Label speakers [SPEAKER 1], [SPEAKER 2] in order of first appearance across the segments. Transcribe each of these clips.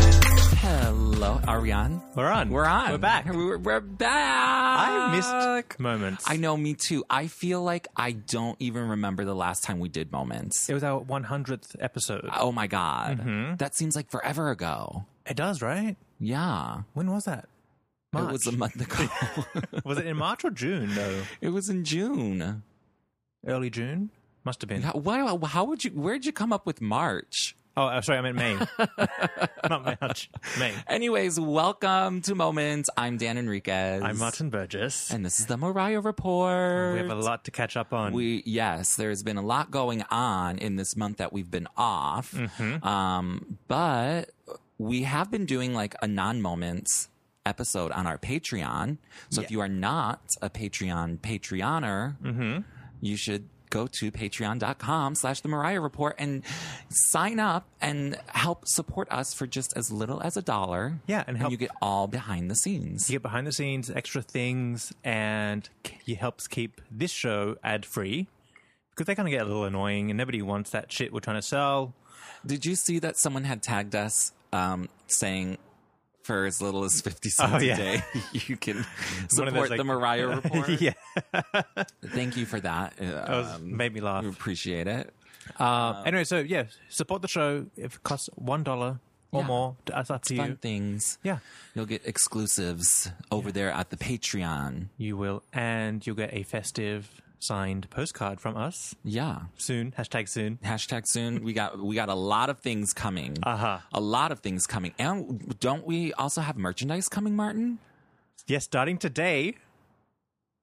[SPEAKER 1] Hello, are we on?
[SPEAKER 2] We're on.
[SPEAKER 1] We're on.
[SPEAKER 2] We're back.
[SPEAKER 1] We're, we're back. I
[SPEAKER 2] I missed moments.
[SPEAKER 1] I know, me too. I feel like I don't even remember the last time we did moments.
[SPEAKER 2] It Mm-hmm. was our 100th episode.
[SPEAKER 1] oh my god, that seems like forever ago.
[SPEAKER 2] It does, right?
[SPEAKER 1] Yeah,
[SPEAKER 2] When was that? March.
[SPEAKER 1] it was a month ago.
[SPEAKER 2] Was it in March or June? No,
[SPEAKER 1] it was in June.
[SPEAKER 2] early June. Must have been.
[SPEAKER 1] How, why- how would you? Where'd you come up with March?
[SPEAKER 2] Oh, uh, sorry, I meant May. Not March. May.
[SPEAKER 1] Anyways, welcome to Moments. I'm Dan Enriquez.
[SPEAKER 2] I'm Martin Burgess.
[SPEAKER 1] and this is the Mariah Report.
[SPEAKER 2] we have a lot to catch up on.
[SPEAKER 1] We yes, there's been a lot going on in this month that we've been off.
[SPEAKER 2] Mm-hmm.
[SPEAKER 1] Um, but we have been doing like a non-moments episode on our Patreon. So if you are not a Patreon Patreoner,
[SPEAKER 2] Mm-hmm.
[SPEAKER 1] you should go to patreon.com slash the mariah report and sign up and help support us for just as little as a dollar
[SPEAKER 2] Yeah, and help-
[SPEAKER 1] you get all behind the scenes
[SPEAKER 2] you get behind the scenes, extra things, and he helps keep this show ad free because they're going to get a little annoying and nobody wants that shit we're trying to sell.
[SPEAKER 1] Did you see that someone had tagged us um, saying for as little as 50 cents
[SPEAKER 2] Oh, yeah.
[SPEAKER 1] a day, you can
[SPEAKER 2] One
[SPEAKER 1] support
[SPEAKER 2] of those, like-
[SPEAKER 1] the Mariah report?
[SPEAKER 2] yeah.
[SPEAKER 1] Thank you for that.
[SPEAKER 2] That was,
[SPEAKER 1] Um,
[SPEAKER 2] made me laugh.
[SPEAKER 1] we appreciate it. Uh,
[SPEAKER 2] Um, anyway, so yeah, support the show. If it costs one dollar or
[SPEAKER 1] Yeah.
[SPEAKER 2] more, to us up to
[SPEAKER 1] Fun
[SPEAKER 2] you.
[SPEAKER 1] things.
[SPEAKER 2] Yeah,
[SPEAKER 1] You'll get exclusives over there at the Patreon.
[SPEAKER 2] you will, and you'll get a festive signed postcard from us
[SPEAKER 1] Yeah.
[SPEAKER 2] soon. Hashtag soon.
[SPEAKER 1] Hashtag soon. We got we got a lot of things coming.
[SPEAKER 2] Uh-huh.
[SPEAKER 1] A lot of things coming. And don't we also have merchandise coming, Martin?
[SPEAKER 2] Yes, starting today.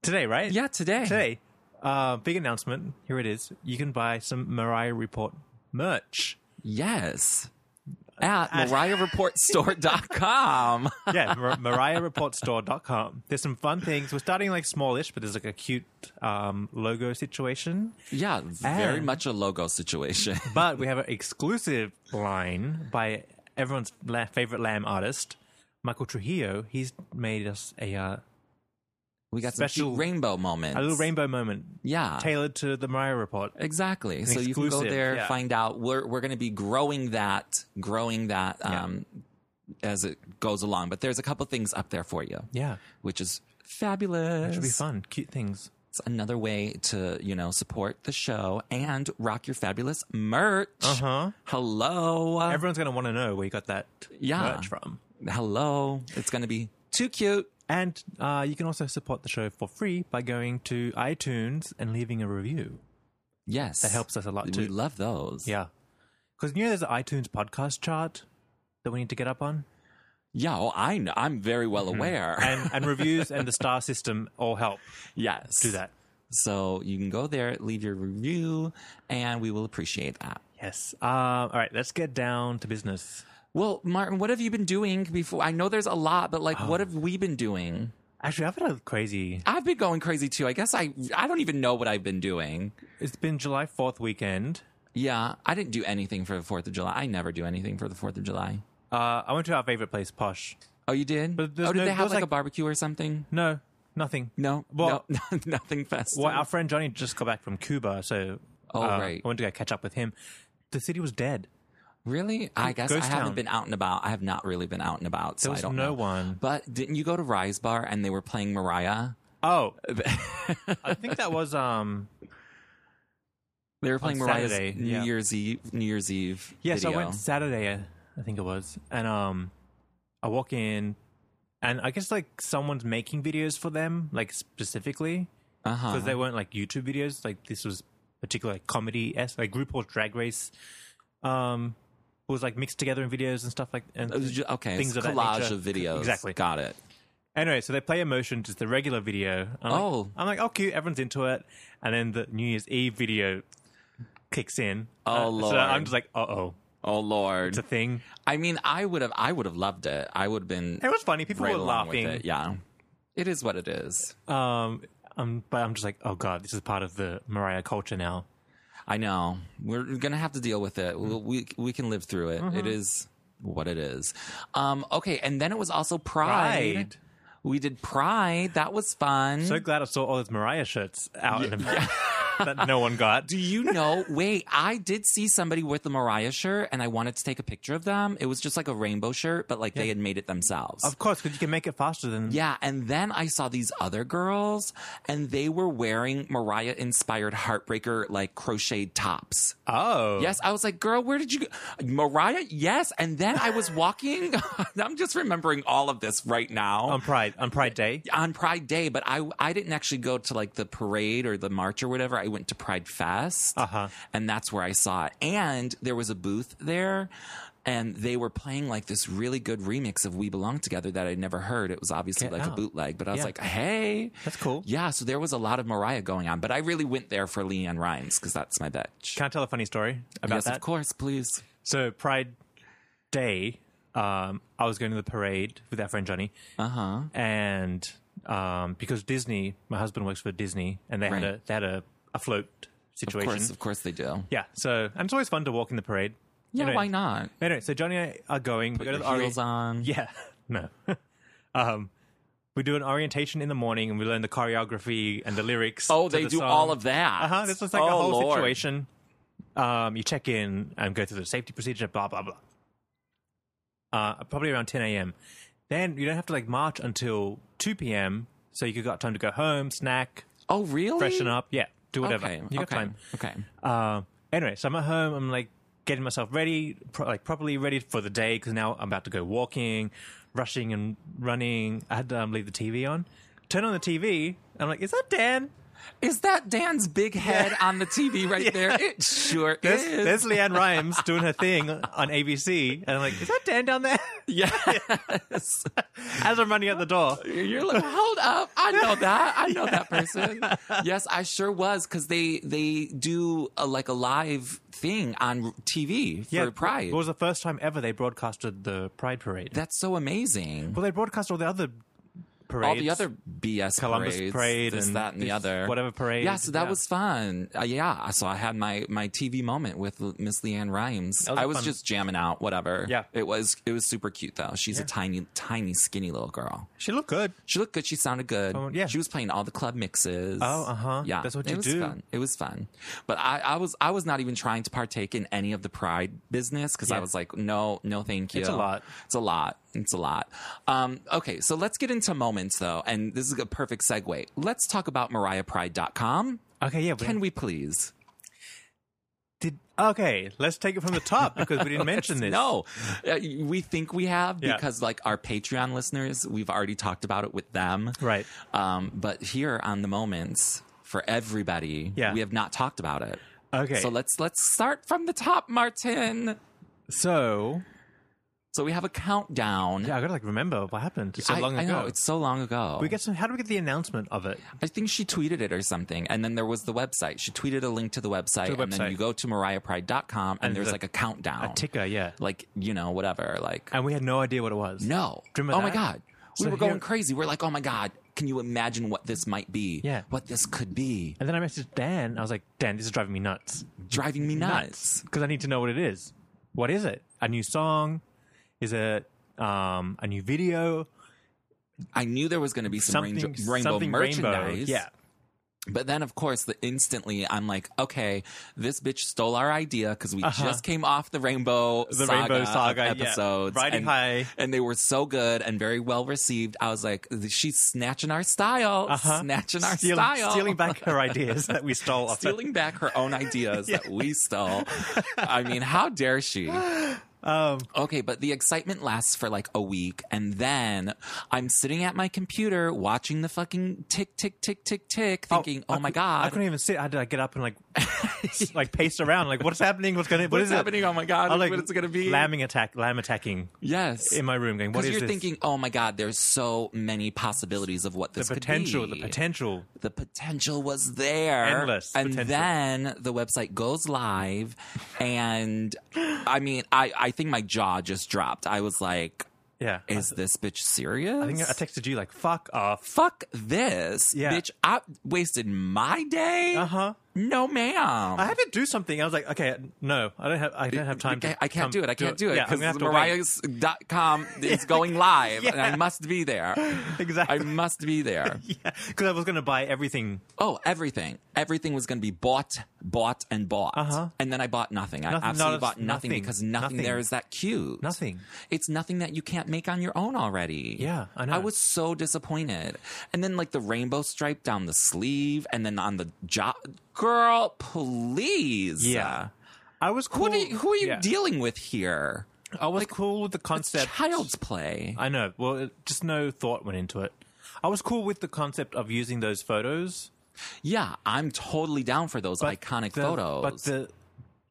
[SPEAKER 2] Today, right?
[SPEAKER 1] Yeah, today.
[SPEAKER 2] Today, uh, big announcement. Here it is. You can buy some Mariah Report merch.
[SPEAKER 1] Yes.
[SPEAKER 2] Uh,
[SPEAKER 1] At MariahReportStore.com.
[SPEAKER 2] Yeah, Mar- MariahReportStore.com. There's some fun things. We're starting like smallish, but there's like a cute um, logo situation.
[SPEAKER 1] Yeah, very
[SPEAKER 2] And-
[SPEAKER 1] much a logo situation.
[SPEAKER 2] But we have an exclusive line by everyone's la- favorite lamb artist, Michael Trujillo. He's made us a uh,
[SPEAKER 1] We got some
[SPEAKER 2] Special-
[SPEAKER 1] cute rainbow moments.
[SPEAKER 2] a little rainbow moment
[SPEAKER 1] Yeah.
[SPEAKER 2] tailored to the Mariah Report.
[SPEAKER 1] Exactly. So you can go
[SPEAKER 2] exclusive,
[SPEAKER 1] there,
[SPEAKER 2] yeah.
[SPEAKER 1] find out. We're we're going to be growing that, growing that um, as it goes along. But there's a couple things up there for you,
[SPEAKER 2] Yeah,
[SPEAKER 1] which is fabulous.
[SPEAKER 2] it should be fun. Cute things.
[SPEAKER 1] It's another way to you know support the show and rock your fabulous merch.
[SPEAKER 2] Uh huh.
[SPEAKER 1] Hello,
[SPEAKER 2] Everyone's gonna want to know where you got that
[SPEAKER 1] Uh, Yeah.
[SPEAKER 2] merch from.
[SPEAKER 1] hello. It's going to be too cute.
[SPEAKER 2] And uh, you can also support the show for free by going to iTunes and leaving a review.
[SPEAKER 1] Yes,
[SPEAKER 2] That helps us a lot too.
[SPEAKER 1] We love those.
[SPEAKER 2] Yeah, because you know there's an iTunes podcast chart that we need to get up on.
[SPEAKER 1] yeah. Oh, I know. I'm very well aware.
[SPEAKER 2] Mm-hmm. and, and reviews and the star system all help
[SPEAKER 1] yes,
[SPEAKER 2] do that.
[SPEAKER 1] So you can go there, leave your review, and we will appreciate that.
[SPEAKER 2] Yes. Um, all right, let's get down to business.
[SPEAKER 1] Well, Martin, what have you been doing before? I know there's a lot, but like,
[SPEAKER 2] Oh.
[SPEAKER 1] what have we been doing?
[SPEAKER 2] Actually, I've had a crazy.
[SPEAKER 1] I've been going crazy too. I guess I I don't even know what I've been doing.
[SPEAKER 2] It's been July Fourth weekend.
[SPEAKER 1] Yeah, I didn't do anything for the Fourth of July. I never do anything for the Fourth of July.
[SPEAKER 2] Uh, I went to our favorite place, Posh.
[SPEAKER 1] Oh, you did?
[SPEAKER 2] But
[SPEAKER 1] oh,
[SPEAKER 2] there's
[SPEAKER 1] did
[SPEAKER 2] no-
[SPEAKER 1] they have
[SPEAKER 2] there's
[SPEAKER 1] like, a
[SPEAKER 2] like-
[SPEAKER 1] barbecue or something?
[SPEAKER 2] No, nothing.
[SPEAKER 1] No,
[SPEAKER 2] Well-
[SPEAKER 1] no, nothing festive.
[SPEAKER 2] Well, our friend Johnny just got back from Cuba, so
[SPEAKER 1] Oh,
[SPEAKER 2] uh,
[SPEAKER 1] right.
[SPEAKER 2] I went to go catch up with him. The city was dead.
[SPEAKER 1] Really? I guess
[SPEAKER 2] Ghost
[SPEAKER 1] I haven't
[SPEAKER 2] Town.
[SPEAKER 1] been out and about. I have not really been out and about, so
[SPEAKER 2] There was
[SPEAKER 1] I don't
[SPEAKER 2] no
[SPEAKER 1] know.
[SPEAKER 2] one.
[SPEAKER 1] But didn't you go to Rise Bar and they were playing Mariah?
[SPEAKER 2] Oh, I think that was um.
[SPEAKER 1] They were playing Mariah's
[SPEAKER 2] Saturday,
[SPEAKER 1] New
[SPEAKER 2] yeah.
[SPEAKER 1] Year's Eve. New Year's Eve.
[SPEAKER 2] Yes,
[SPEAKER 1] video.
[SPEAKER 2] I went Saturday, uh, I think it was, and um, I walk in, and I guess like someone's making videos for them, like specifically
[SPEAKER 1] Uh-huh.
[SPEAKER 2] because they weren't like YouTube videos. Like this was particular like, comedy s like RuPaul's Drag Race, um, was like mixed together in videos and stuff like and
[SPEAKER 1] It was ju- okay,
[SPEAKER 2] things
[SPEAKER 1] it's
[SPEAKER 2] of that
[SPEAKER 1] collage
[SPEAKER 2] nature.
[SPEAKER 1] of videos.
[SPEAKER 2] Exactly.
[SPEAKER 1] Got it.
[SPEAKER 2] Anyway, so they play Emotion, just the regular video. I'm like-
[SPEAKER 1] Oh.
[SPEAKER 2] I'm like, oh, cute, everyone's into it. And then the New Year's Eve video kicks in.
[SPEAKER 1] Oh, Lord.
[SPEAKER 2] So I'm just like, uh oh,
[SPEAKER 1] Oh Lord.
[SPEAKER 2] it's a thing.
[SPEAKER 1] I mean, I would have. I would have loved it. I would have been.
[SPEAKER 2] It was funny. People
[SPEAKER 1] right
[SPEAKER 2] were
[SPEAKER 1] along with
[SPEAKER 2] laughing.
[SPEAKER 1] it. Yeah. It is what it is.
[SPEAKER 2] Um, um, but I'm just like, oh god, this is part of the Mariah culture now.
[SPEAKER 1] I know. We're gonna have to deal with it. We'll- We we can live through it.
[SPEAKER 2] Mm-hmm.
[SPEAKER 1] It is what it is. Um, okay, and then it was also Pride.
[SPEAKER 2] Pride.
[SPEAKER 1] We did Pride. That was fun.
[SPEAKER 2] So glad I saw all those Mariah shirts out and about that no one got.
[SPEAKER 1] Do you know? wait, I did see somebody with a Mariah shirt, and I wanted to take a picture of them. It was just like a rainbow shirt, but like they had made it themselves.
[SPEAKER 2] Of course, because you can make it faster than
[SPEAKER 1] Yeah, and then I saw these other girls, and they were wearing Mariah inspired heartbreaker like crocheted tops.
[SPEAKER 2] Oh,
[SPEAKER 1] Yes, I was like, girl, where did you go? Mariah? Yes. And then I was walking. I'm just remembering all of this right now
[SPEAKER 2] on Pride on Pride Day.
[SPEAKER 1] on Pride Day, but I I didn't actually go to like the parade or the march or whatever. I went to Pride Fest,
[SPEAKER 2] Uh-huh.
[SPEAKER 1] and that's where I saw it. And there was a booth there, and they were playing like this really good remix of "We Belong Together" that I'd never heard. It was obviously
[SPEAKER 2] Get
[SPEAKER 1] like a
[SPEAKER 2] out.
[SPEAKER 1] bootleg, but I was
[SPEAKER 2] Yeah.
[SPEAKER 1] like, hey,
[SPEAKER 2] That's cool.
[SPEAKER 1] yeah. So there was a lot of Mariah going on, but I really went there for Leanne Rhymes because that's my bitch.
[SPEAKER 2] Can I tell a funny story about
[SPEAKER 1] yes,
[SPEAKER 2] that?
[SPEAKER 1] of course, please.
[SPEAKER 2] So Pride Day, um, I was going to the parade with our friend Johnny,
[SPEAKER 1] Uh huh.
[SPEAKER 2] and um, because Disney, my husband works for Disney, and they had
[SPEAKER 1] Right.
[SPEAKER 2] a they had a, a float
[SPEAKER 1] Of
[SPEAKER 2] situation.
[SPEAKER 1] course, of course they do.
[SPEAKER 2] Yeah, so and it's always fun to walk in the parade.
[SPEAKER 1] Yeah,
[SPEAKER 2] Anyway-
[SPEAKER 1] why not?
[SPEAKER 2] Anyway, so Johnny and I are going. we go to
[SPEAKER 1] Your
[SPEAKER 2] the ori-
[SPEAKER 1] heels on.
[SPEAKER 2] Yeah, no. um, we do an orientation in the morning, and we learn the choreography and the lyrics.
[SPEAKER 1] Oh,
[SPEAKER 2] to
[SPEAKER 1] they
[SPEAKER 2] the
[SPEAKER 1] do
[SPEAKER 2] song.
[SPEAKER 1] all of that.
[SPEAKER 2] Uh huh. This was like a
[SPEAKER 1] Oh,
[SPEAKER 2] whole
[SPEAKER 1] Lord.
[SPEAKER 2] situation. Um, you check in and go through the safety procedure, blah blah blah. Uh, probably around 10 a.m. Then you don't have to like march until 2 p.m. So you got time to go home, snack,
[SPEAKER 1] Oh, really?
[SPEAKER 2] freshen up, yeah, do whatever.
[SPEAKER 1] Okay.
[SPEAKER 2] You got
[SPEAKER 1] okay.
[SPEAKER 2] time.
[SPEAKER 1] Okay.
[SPEAKER 2] Um, anyway, so I'm at home. I'm like getting myself ready, pro- like properly ready for the day because now I'm about to go walking, rushing and running. I had to um, leave the TV on. Turn on the TV. And I'm like, is that Dan?
[SPEAKER 1] Is that Dan's big head on the TV right there? It sure
[SPEAKER 2] There's,
[SPEAKER 1] is.
[SPEAKER 2] there's Leanne Rhymes doing her thing on ABC. And I'm like, is that Dan down there?
[SPEAKER 1] yes.
[SPEAKER 2] As I'm running out the door.
[SPEAKER 1] You're like, hold up. I know that. I know that person. Yes, I sure was because they they do a, like a live thing on TV for Pride.
[SPEAKER 2] It was the first time ever they broadcasted the Pride Parade.
[SPEAKER 1] That's so amazing.
[SPEAKER 2] well, they broadcast all the other parades.
[SPEAKER 1] all the other BS
[SPEAKER 2] Columbus
[SPEAKER 1] parades,
[SPEAKER 2] Parade
[SPEAKER 1] this,
[SPEAKER 2] and
[SPEAKER 1] that, and the
[SPEAKER 2] this
[SPEAKER 1] other
[SPEAKER 2] whatever parade,
[SPEAKER 1] Yeah, so that
[SPEAKER 2] yeah.
[SPEAKER 1] was fun. Uh, yeah, so I had my my TV moment with L- Miss Leanne Rhymes.
[SPEAKER 2] was
[SPEAKER 1] I was
[SPEAKER 2] fun.
[SPEAKER 1] just jamming out, whatever.
[SPEAKER 2] Yeah.
[SPEAKER 1] it was it was super cute though. She's a tiny, tiny, skinny little girl.
[SPEAKER 2] She looked good.
[SPEAKER 1] She looked good. She sounded good.
[SPEAKER 2] Oh, yeah.
[SPEAKER 1] she was playing all the club mixes.
[SPEAKER 2] Oh, uh-huh.
[SPEAKER 1] Yeah,
[SPEAKER 2] That's what
[SPEAKER 1] it
[SPEAKER 2] you
[SPEAKER 1] was
[SPEAKER 2] do.
[SPEAKER 1] Fun. It was fun, but I, I was I was not even trying to partake in any of the pride business because I
[SPEAKER 2] Yeah.
[SPEAKER 1] was like, no, no, thank you.
[SPEAKER 2] It's a lot.
[SPEAKER 1] It's a lot. It's a lot. Um, okay, so let's get into moments though, and this is a perfect segue. Let's talk about MariahPride.com.
[SPEAKER 2] Okay, yeah. but-
[SPEAKER 1] Can we please?
[SPEAKER 2] Did okay? Let's take it from the top because we didn't mention this.
[SPEAKER 1] No, Uh, we think we have
[SPEAKER 2] Yeah.
[SPEAKER 1] because like our Patreon listeners, we've already talked about it with them,
[SPEAKER 2] Right.
[SPEAKER 1] Um, but here on the moments for everybody,
[SPEAKER 2] Yeah.
[SPEAKER 1] we have not talked about it.
[SPEAKER 2] Okay.
[SPEAKER 1] So
[SPEAKER 2] So,
[SPEAKER 1] let's let's start from the top, Martin. So we have a countdown.
[SPEAKER 2] yeah, I gotta like remember what happened so
[SPEAKER 1] I,
[SPEAKER 2] long
[SPEAKER 1] I
[SPEAKER 2] ago.
[SPEAKER 1] know it's so long ago.
[SPEAKER 2] we get some. How do we get the announcement of it?
[SPEAKER 1] I think she tweeted it or something, and then there was the website. She tweeted a link to the website,
[SPEAKER 2] To the
[SPEAKER 1] and then
[SPEAKER 2] website.
[SPEAKER 1] you go to MariahPride.com, and,
[SPEAKER 2] And
[SPEAKER 1] there's
[SPEAKER 2] the-
[SPEAKER 1] like a countdown,
[SPEAKER 2] A ticker, yeah.
[SPEAKER 1] like you know whatever, like
[SPEAKER 2] And we had no idea what it was.
[SPEAKER 1] No.
[SPEAKER 2] Remember
[SPEAKER 1] oh my
[SPEAKER 2] that?
[SPEAKER 1] God. We
[SPEAKER 2] So
[SPEAKER 1] were going
[SPEAKER 2] here-
[SPEAKER 1] crazy. We're like, oh my God, can you imagine what this might be?
[SPEAKER 2] Yeah.
[SPEAKER 1] What this could be?
[SPEAKER 2] And then I messaged Dan. I was like, Dan, this is driving me nuts
[SPEAKER 1] Driving me nuts.
[SPEAKER 2] because I need to know what it is. What is it? A new song? Is it um, a new video?
[SPEAKER 1] I knew there was going to be some
[SPEAKER 2] Something,
[SPEAKER 1] rainbow, rainbow
[SPEAKER 2] something
[SPEAKER 1] merchandise.
[SPEAKER 2] Rainbow. Yeah.
[SPEAKER 1] But then, of course, the instantly I'm like, okay, this bitch stole our idea because we just came off the Rainbow
[SPEAKER 2] Uh-huh. The
[SPEAKER 1] Saga,
[SPEAKER 2] Rainbow
[SPEAKER 1] of
[SPEAKER 2] Saga, yeah.
[SPEAKER 1] episodes,
[SPEAKER 2] Riding
[SPEAKER 1] and,
[SPEAKER 2] high.
[SPEAKER 1] and they were so good and very well received. I was like, she's snatching our style,
[SPEAKER 2] Uh-huh.
[SPEAKER 1] snatching our
[SPEAKER 2] Steal-
[SPEAKER 1] style,
[SPEAKER 2] Stealing back her ideas that we stole off. her.
[SPEAKER 1] stealing back her own ideas that we stole. I mean, how dare she?
[SPEAKER 2] Um,
[SPEAKER 1] okay, but the excitement lasts for like a week, and then I'm sitting at my computer watching the fucking tick, tick, tick, tick, tick, thinking, "Oh,
[SPEAKER 2] I
[SPEAKER 1] my
[SPEAKER 2] cou- I
[SPEAKER 1] god,
[SPEAKER 2] couldn't even sit. I had to like, get up and like, s- like pace around. Like, what's happening? What's going?
[SPEAKER 1] what
[SPEAKER 2] what
[SPEAKER 1] is
[SPEAKER 2] it?
[SPEAKER 1] happening? Oh my god,
[SPEAKER 2] I was,
[SPEAKER 1] what is it gonna be?"
[SPEAKER 2] Lambing attack. Lamb attacking
[SPEAKER 1] yes,
[SPEAKER 2] in my room. Going. What
[SPEAKER 1] because you're
[SPEAKER 2] is this?
[SPEAKER 1] thinking, "Oh my god, there's so many possibilities of what
[SPEAKER 2] the
[SPEAKER 1] this
[SPEAKER 2] potential.
[SPEAKER 1] could be."
[SPEAKER 2] The potential.
[SPEAKER 1] the potential was there.
[SPEAKER 2] Endless
[SPEAKER 1] And
[SPEAKER 2] potential.
[SPEAKER 1] then the website goes live, and I mean, I, I think my jaw just dropped. I was like,
[SPEAKER 2] Yeah. I
[SPEAKER 1] is this bitch serious?
[SPEAKER 2] think I texted you like, "Fuck off."
[SPEAKER 1] Fuck this.
[SPEAKER 2] Yeah.
[SPEAKER 1] Bitch, I wasted my day.
[SPEAKER 2] Uh huh.
[SPEAKER 1] No, ma'am.
[SPEAKER 2] I had to do something. I was like, "Okay, no, I don't have. I don't have time
[SPEAKER 1] I can't,
[SPEAKER 2] to.
[SPEAKER 1] I can't
[SPEAKER 2] come
[SPEAKER 1] do it. I can't do it
[SPEAKER 2] Yeah, I'm
[SPEAKER 1] because
[SPEAKER 2] gonna have to wait.
[SPEAKER 1] mariah's.com is going live and I must be there. I
[SPEAKER 2] Exactly.
[SPEAKER 1] must be there.
[SPEAKER 2] Yeah, because I was going to buy everything.
[SPEAKER 1] Oh, everything. Everything was going to be bought, bought, and bought.
[SPEAKER 2] Uh-huh.
[SPEAKER 1] And then I bought nothing. I
[SPEAKER 2] Nothing-
[SPEAKER 1] absolutely
[SPEAKER 2] not-
[SPEAKER 1] bought nothing,
[SPEAKER 2] nothing.
[SPEAKER 1] because nothing,
[SPEAKER 2] Nothing.
[SPEAKER 1] there is that cute.
[SPEAKER 2] Nothing.
[SPEAKER 1] It's nothing that you can't make on your own already.
[SPEAKER 2] Yeah, I know.
[SPEAKER 1] I was so disappointed. And then, like, the rainbow stripe down the sleeve and then on the job. Girl, please.
[SPEAKER 2] I was cool.
[SPEAKER 1] What are you, who are you
[SPEAKER 2] yeah.
[SPEAKER 1] dealing with here?
[SPEAKER 2] I was cool with the concept.
[SPEAKER 1] Child's play.
[SPEAKER 2] I know. Well, it, just no thought went into it. I was cool with the concept of using those photos,
[SPEAKER 1] yeah, I'm totally down for those
[SPEAKER 2] but
[SPEAKER 1] iconic
[SPEAKER 2] the-
[SPEAKER 1] photos.
[SPEAKER 2] But the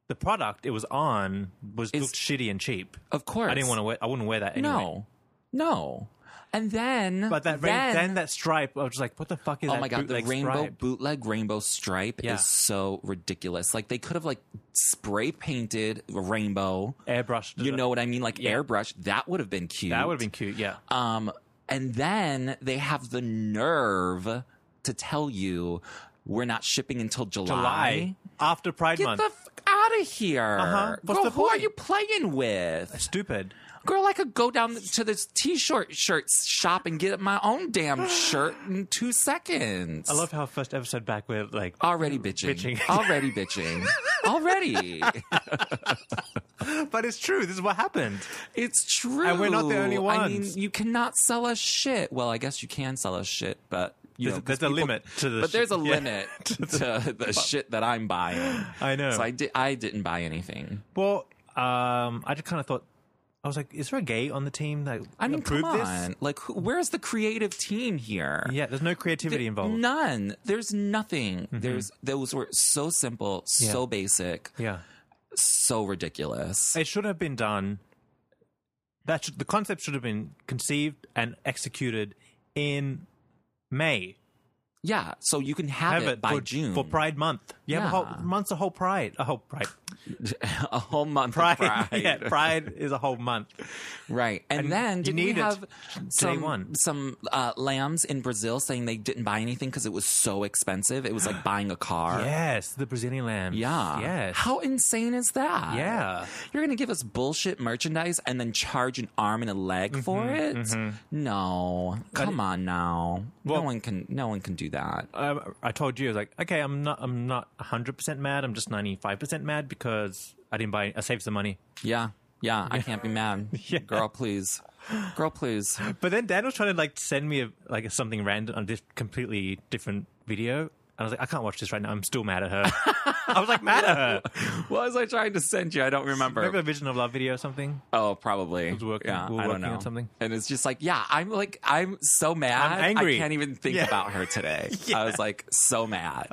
[SPEAKER 2] the product it was on was looked shitty and cheap.
[SPEAKER 1] of course.
[SPEAKER 2] I didn't want to wear. I wouldn't wear that anyway.
[SPEAKER 1] No, no. And then,
[SPEAKER 2] But that then,
[SPEAKER 1] then,
[SPEAKER 2] then that stripe, I was just like, what the fuck is
[SPEAKER 1] oh
[SPEAKER 2] that?
[SPEAKER 1] my god, the
[SPEAKER 2] bootleg
[SPEAKER 1] rainbow
[SPEAKER 2] stripe?
[SPEAKER 1] bootleg rainbow stripe
[SPEAKER 2] Yeah.
[SPEAKER 1] is so ridiculous. Like they could have like spray painted rainbow.
[SPEAKER 2] airbrushed.
[SPEAKER 1] You
[SPEAKER 2] it.
[SPEAKER 1] know what I mean? Like airbrush. That would have been cute.
[SPEAKER 2] that would have been cute. Yeah,
[SPEAKER 1] Um, and then they have the nerve to tell you we're not shipping until
[SPEAKER 2] July after Pride
[SPEAKER 1] Get
[SPEAKER 2] Month.
[SPEAKER 1] the f- out of here.
[SPEAKER 2] Uh-huh. What's
[SPEAKER 1] Girl,
[SPEAKER 2] the
[SPEAKER 1] who are
[SPEAKER 2] point?
[SPEAKER 1] you playing with?
[SPEAKER 2] Stupid.
[SPEAKER 1] Girl, I could go down to this t-shirt shirt shop and get my own damn shirt in two seconds.
[SPEAKER 2] I love how first episode back we're like,
[SPEAKER 1] already bitching,
[SPEAKER 2] Bitching.
[SPEAKER 1] already bitching, already.
[SPEAKER 2] but it's true. This is what happened.
[SPEAKER 1] It's true,
[SPEAKER 2] And we're not the only
[SPEAKER 1] I mean,
[SPEAKER 2] ones.
[SPEAKER 1] you cannot sell us shit. Well, I guess you can sell us shit, but you
[SPEAKER 2] There's,
[SPEAKER 1] know, 'cause
[SPEAKER 2] there's
[SPEAKER 1] people-
[SPEAKER 2] a limit to the.
[SPEAKER 1] But there's a
[SPEAKER 2] shit. Yeah.
[SPEAKER 1] limit to the shit that I'm buying.
[SPEAKER 2] I know.
[SPEAKER 1] So I did. I didn't buy anything.
[SPEAKER 2] Well, um, I just kind of thought I was like, is there a gay on the team that
[SPEAKER 1] I mean,
[SPEAKER 2] approved
[SPEAKER 1] come on.
[SPEAKER 2] this?
[SPEAKER 1] Like, who, where's the creative team here?
[SPEAKER 2] Yeah, there's no creativity
[SPEAKER 1] Th-
[SPEAKER 2] involved. Mm-hmm.
[SPEAKER 1] None. There's nothing. There's those were so simple, so basic,
[SPEAKER 2] Yeah,
[SPEAKER 1] so ridiculous.
[SPEAKER 2] it should have been done. That should, the concept should have been conceived and executed in May.
[SPEAKER 1] yeah. So you can have, it, by
[SPEAKER 2] for,
[SPEAKER 1] June
[SPEAKER 2] for Pride Month. You have a
[SPEAKER 1] Yeah.
[SPEAKER 2] whole month's a whole Pride, a whole Pride,
[SPEAKER 1] a whole month.
[SPEAKER 2] Pride.
[SPEAKER 1] Of pride.
[SPEAKER 2] yeah, Pride is a whole month.
[SPEAKER 1] Right. And,
[SPEAKER 2] And
[SPEAKER 1] then
[SPEAKER 2] you
[SPEAKER 1] did we
[SPEAKER 2] need it
[SPEAKER 1] have some
[SPEAKER 2] one.
[SPEAKER 1] some uh, lambs in Brazil saying they didn't buy anything because it was so expensive? It was like buying a car.
[SPEAKER 2] Yes, the Brazilian lamb.
[SPEAKER 1] Yeah.
[SPEAKER 2] Yes.
[SPEAKER 1] How insane is that?
[SPEAKER 2] Yeah.
[SPEAKER 1] You're going to give us bullshit merchandise and then charge an arm and a leg
[SPEAKER 2] Mm-hmm,
[SPEAKER 1] for it? No. Come on now. no one can no one can do that.
[SPEAKER 2] um, I told you, I was like, okay, I'm not, I'm not 100 percent mad. I'm just 95 percent mad because I didn't buy. I saved some money.
[SPEAKER 1] Yeah. Yeah, I can't be mad. Girl, please. Girl, please.
[SPEAKER 2] But then Dan was trying to like send me a, like something random on this completely different video. And I was like, I can't watch this right now. I'm still mad at her. I was like, mad at her.
[SPEAKER 1] What was I trying to send you? I don't remember.
[SPEAKER 2] Remember the Vision of Love video or something?
[SPEAKER 1] Oh, probably.
[SPEAKER 2] working-
[SPEAKER 1] yeah,
[SPEAKER 2] we were
[SPEAKER 1] I don't
[SPEAKER 2] working
[SPEAKER 1] know.
[SPEAKER 2] on something.
[SPEAKER 1] And it's just like, yeah, I'm like, I'm so mad.
[SPEAKER 2] I'm angry.
[SPEAKER 1] I can't even think
[SPEAKER 2] Yeah.
[SPEAKER 1] about her today. I was like, so mad.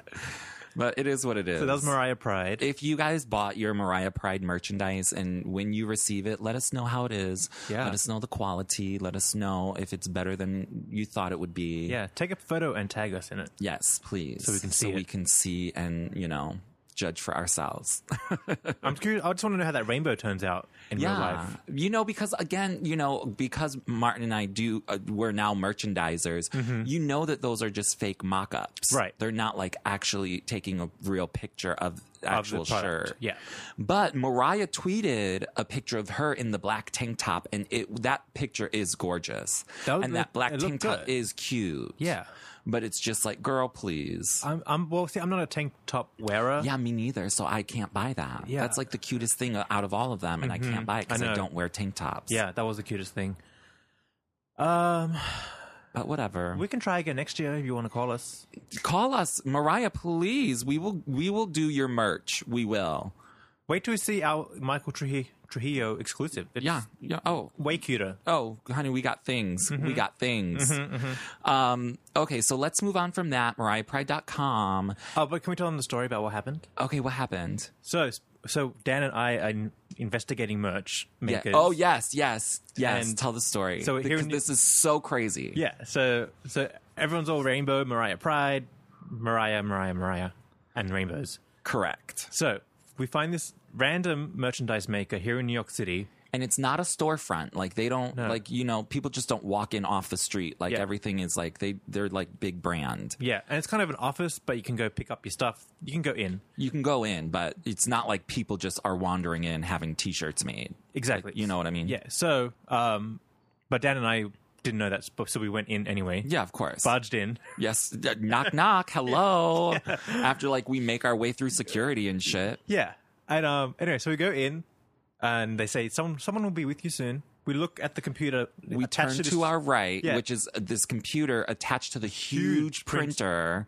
[SPEAKER 1] But it is what it is.
[SPEAKER 2] So that was Mariah Pride.
[SPEAKER 1] if you guys bought your Mariah Pride merchandise and when you receive it, let us know how it is.
[SPEAKER 2] Yeah.
[SPEAKER 1] Let us know the quality. Let us know if it's better than you thought it would be.
[SPEAKER 2] yeah, take a photo and tag us in it.
[SPEAKER 1] Yes, please.
[SPEAKER 2] So we can see
[SPEAKER 1] we
[SPEAKER 2] it.
[SPEAKER 1] can see and, you know, judge for ourselves.
[SPEAKER 2] I'm curious. I just want to know how that rainbow turns out in real life.
[SPEAKER 1] You know, because again, you know, because Martin and I do, uh, we're now merchandisers, you know that those are just fake mock ups.
[SPEAKER 2] Mm-hmm. Right.
[SPEAKER 1] They're not like actually taking a real picture of
[SPEAKER 2] of the
[SPEAKER 1] actual
[SPEAKER 2] product.
[SPEAKER 1] shirt.
[SPEAKER 2] Yeah.
[SPEAKER 1] But Mariah tweeted a picture of her in the black tank top, and it that picture is gorgeous.
[SPEAKER 2] That would
[SPEAKER 1] and
[SPEAKER 2] look-
[SPEAKER 1] that black
[SPEAKER 2] it
[SPEAKER 1] tank
[SPEAKER 2] looked
[SPEAKER 1] top
[SPEAKER 2] good.
[SPEAKER 1] is cute.
[SPEAKER 2] Yeah. Uh,
[SPEAKER 1] But it's just like, girl, please.
[SPEAKER 2] I'm, I'm, well, see, I'm not a tank top wearer.
[SPEAKER 1] yeah, me neither. So I can't buy that.
[SPEAKER 2] Yeah. Mm-hmm.
[SPEAKER 1] That's like the cutest thing out of all of them, and I can't buy it because
[SPEAKER 2] I
[SPEAKER 1] I,
[SPEAKER 2] know.
[SPEAKER 1] don't wear tank tops.
[SPEAKER 2] Yeah, that was the cutest thing. Um,
[SPEAKER 1] But whatever.
[SPEAKER 2] we can try again next year if you want to call us.
[SPEAKER 1] Call us, Mariah, please. We will we will do your merch. We will.
[SPEAKER 2] Wait till we see our Michael Trujillo, Trujillo exclusive. It's
[SPEAKER 1] Yeah. Yeah. Oh,
[SPEAKER 2] way cuter.
[SPEAKER 1] oh, honey, we got things.
[SPEAKER 2] Mm-hmm.
[SPEAKER 1] We got things. Um, okay, so let's move on from that. MariahPride.com.
[SPEAKER 2] Oh, but can we tell them the story about what happened?
[SPEAKER 1] Okay, what happened?
[SPEAKER 2] So, so Dan and I are in- investigating merch
[SPEAKER 1] Yeah.
[SPEAKER 2] makers.
[SPEAKER 1] Oh, yes, yes, yes.
[SPEAKER 2] And
[SPEAKER 1] Tell the story.
[SPEAKER 2] so
[SPEAKER 1] So
[SPEAKER 2] here
[SPEAKER 1] because
[SPEAKER 2] in-
[SPEAKER 1] this is so crazy.
[SPEAKER 2] Yeah, so so everyone's all rainbow, Mariah Pride, Mariah, Mariah, Mariah, and rainbows.
[SPEAKER 1] Correct.
[SPEAKER 2] So we find this random merchandise maker here in New York City.
[SPEAKER 1] And it's not a storefront. Like they don't like you know people just don't walk in off the street. Like
[SPEAKER 2] Yeah.
[SPEAKER 1] everything is like they they're like big brand.
[SPEAKER 2] Yeah, and it's kind of an office, but you can go pick up your stuff. You can go in.
[SPEAKER 1] You can go in, but it's not like people just are wandering in having T-shirts made.
[SPEAKER 2] Exactly.
[SPEAKER 1] You know what I mean?
[SPEAKER 2] Yeah. So, um, but Dan and I didn't know that, sp- so we went in anyway.
[SPEAKER 1] Yeah, of course.
[SPEAKER 2] Barged in.
[SPEAKER 1] Yes. d- Knock, knock. Hello. After like we make our way through security and shit.
[SPEAKER 2] Yeah. And um, anyway, so we go in, and they say someone someone will be with you soon. We look at the computer.
[SPEAKER 1] We
[SPEAKER 2] attached
[SPEAKER 1] turn to,
[SPEAKER 2] this-
[SPEAKER 1] our right,
[SPEAKER 2] Yeah.
[SPEAKER 1] which is uh, this computer attached to the huge,
[SPEAKER 2] Huge print.
[SPEAKER 1] printer.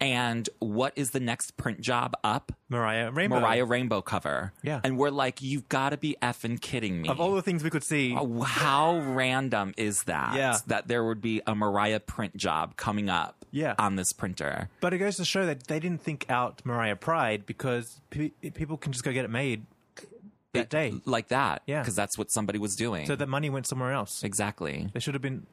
[SPEAKER 1] And what is the next print job up?
[SPEAKER 2] Mariah Rainbow.
[SPEAKER 1] Mariah Rainbow cover.
[SPEAKER 2] Yeah.
[SPEAKER 1] And we're like, you've got to be effing kidding me.
[SPEAKER 2] Of all the things we could see,
[SPEAKER 1] Oh, How random is that?
[SPEAKER 2] Yeah.
[SPEAKER 1] That there would be a Mariah print job coming up
[SPEAKER 2] Yeah.
[SPEAKER 1] on this printer.
[SPEAKER 2] But it goes to show that they didn't think out Mariah Pride because pe- people can just go get it made that day.
[SPEAKER 1] Like that.
[SPEAKER 2] Yeah.
[SPEAKER 1] Because that's what somebody was doing.
[SPEAKER 2] So that money went somewhere else.
[SPEAKER 1] exactly.
[SPEAKER 2] They should have been.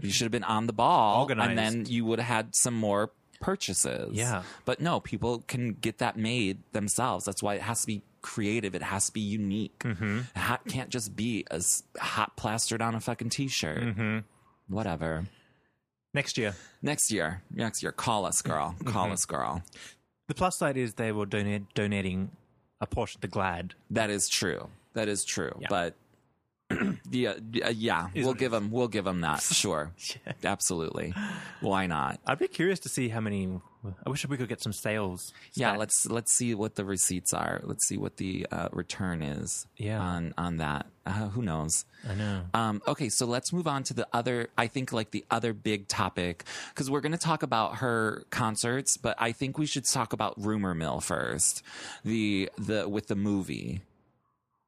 [SPEAKER 1] You should have been on the ball,
[SPEAKER 2] Organized.
[SPEAKER 1] and then you would have had some more purchases.
[SPEAKER 2] Yeah.
[SPEAKER 1] but no, people can get that made themselves. That's why it has to be creative. It has to be unique.
[SPEAKER 2] Mm-hmm.
[SPEAKER 1] It ha- can't just be a s- hot plastered on a fucking t-shirt.
[SPEAKER 2] Mm-hmm.
[SPEAKER 1] Whatever.
[SPEAKER 2] Next year.
[SPEAKER 1] Next year, next year, call us, girl.
[SPEAKER 2] Mm-hmm.
[SPEAKER 1] Call us, girl.
[SPEAKER 2] The plus side is they were donate, donating a portion to GLAD.
[SPEAKER 1] That is true. That is true. But yeah, yeah, yeah. we'll give them. We'll give them that. Sure, absolutely. Why not?
[SPEAKER 2] I'd be curious to see how many. I wish we could get some sales.
[SPEAKER 1] yeah
[SPEAKER 2] stats.
[SPEAKER 1] let's let's see what the receipts are let's see what the uh, return is
[SPEAKER 2] Yeah.
[SPEAKER 1] on on that uh, who knows
[SPEAKER 2] I know.
[SPEAKER 1] um, okay so let's move on to the other i think like the other big topic because we're going to talk about her concerts but i think we should talk about rumor mill first the the with the movie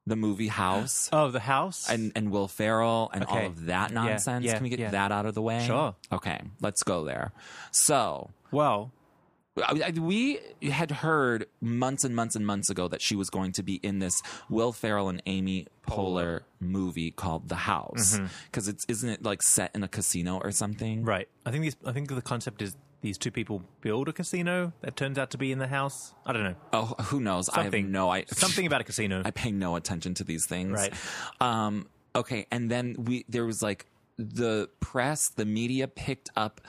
[SPEAKER 1] the movie house
[SPEAKER 2] Oh, the house?
[SPEAKER 1] and and Will Ferrell and
[SPEAKER 2] Okay.
[SPEAKER 1] all of that
[SPEAKER 2] Yeah,
[SPEAKER 1] nonsense.
[SPEAKER 2] yeah,
[SPEAKER 1] Can we get
[SPEAKER 2] yeah.
[SPEAKER 1] that out of the way?
[SPEAKER 2] Sure.
[SPEAKER 1] Okay, let's go there. So,
[SPEAKER 2] well,
[SPEAKER 1] I- I- we had heard months and months and months ago that she was going to be in this Will Ferrell and Amy Poehler movie called The House because it's isn't it like set in a casino or something?
[SPEAKER 2] Mm-hmm. right. I think these. I think the concept is these two people build a casino that turns out to be in the house. I don't know.
[SPEAKER 1] Oh, who knows? I have
[SPEAKER 2] Something.
[SPEAKER 1] no. I
[SPEAKER 2] Something about a casino.
[SPEAKER 1] I pay no attention to these things.
[SPEAKER 2] Right.
[SPEAKER 1] Um, okay. And then we there was like the press, the media picked up.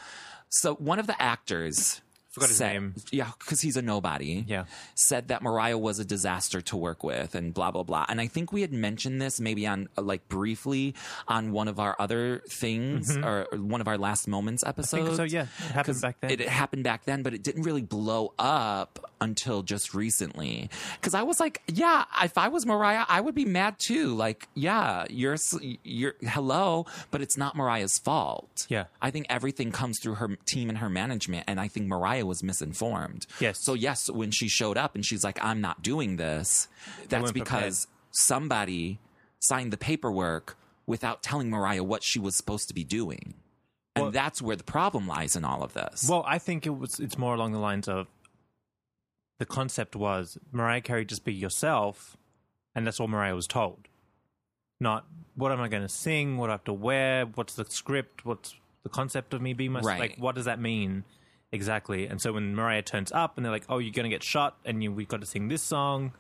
[SPEAKER 1] So one of the actors.
[SPEAKER 2] Forgot his
[SPEAKER 1] said-
[SPEAKER 2] name.
[SPEAKER 1] Yeah, because he's a nobody.
[SPEAKER 2] Yeah.
[SPEAKER 1] Said that Mariah was a disaster to work with and blah, blah, blah. And I think we had mentioned this maybe on, uh, like, briefly on one of our other things or or one of our last moments episodes.
[SPEAKER 2] Mm-hmm. so, yeah. It happened
[SPEAKER 1] 'Cause
[SPEAKER 2] back then.
[SPEAKER 1] It happened back then, but it didn't really blow up until just recently. Because I was like, yeah, if I was Mariah, I would be mad too. Like, yeah, you're, s- you're, hello, but it's not Mariah's fault.
[SPEAKER 2] Yeah.
[SPEAKER 1] I think everything comes through her team and her management. And I think Mariah was misinformed.
[SPEAKER 2] Yes.
[SPEAKER 1] So, yes, when she showed up and she's like, I'm not doing this, that's
[SPEAKER 2] weren't
[SPEAKER 1] because somebody signed the paperwork without telling Mariah what she was supposed to be doing. And
[SPEAKER 2] Well-
[SPEAKER 1] that's where the problem lies in all of this.
[SPEAKER 2] Well, I think it was. It's more along the lines of the concept was Mariah Carey, just be yourself, and that's all Mariah was told. Not what am I going to sing? What do I have to wear? What's the script? What's the concept of me being myself?
[SPEAKER 1] Right.
[SPEAKER 2] Like, what does that mean exactly? And so when Mariah turns up and they're like, "Oh, you're going to get shot, and you, we've got to sing this song,"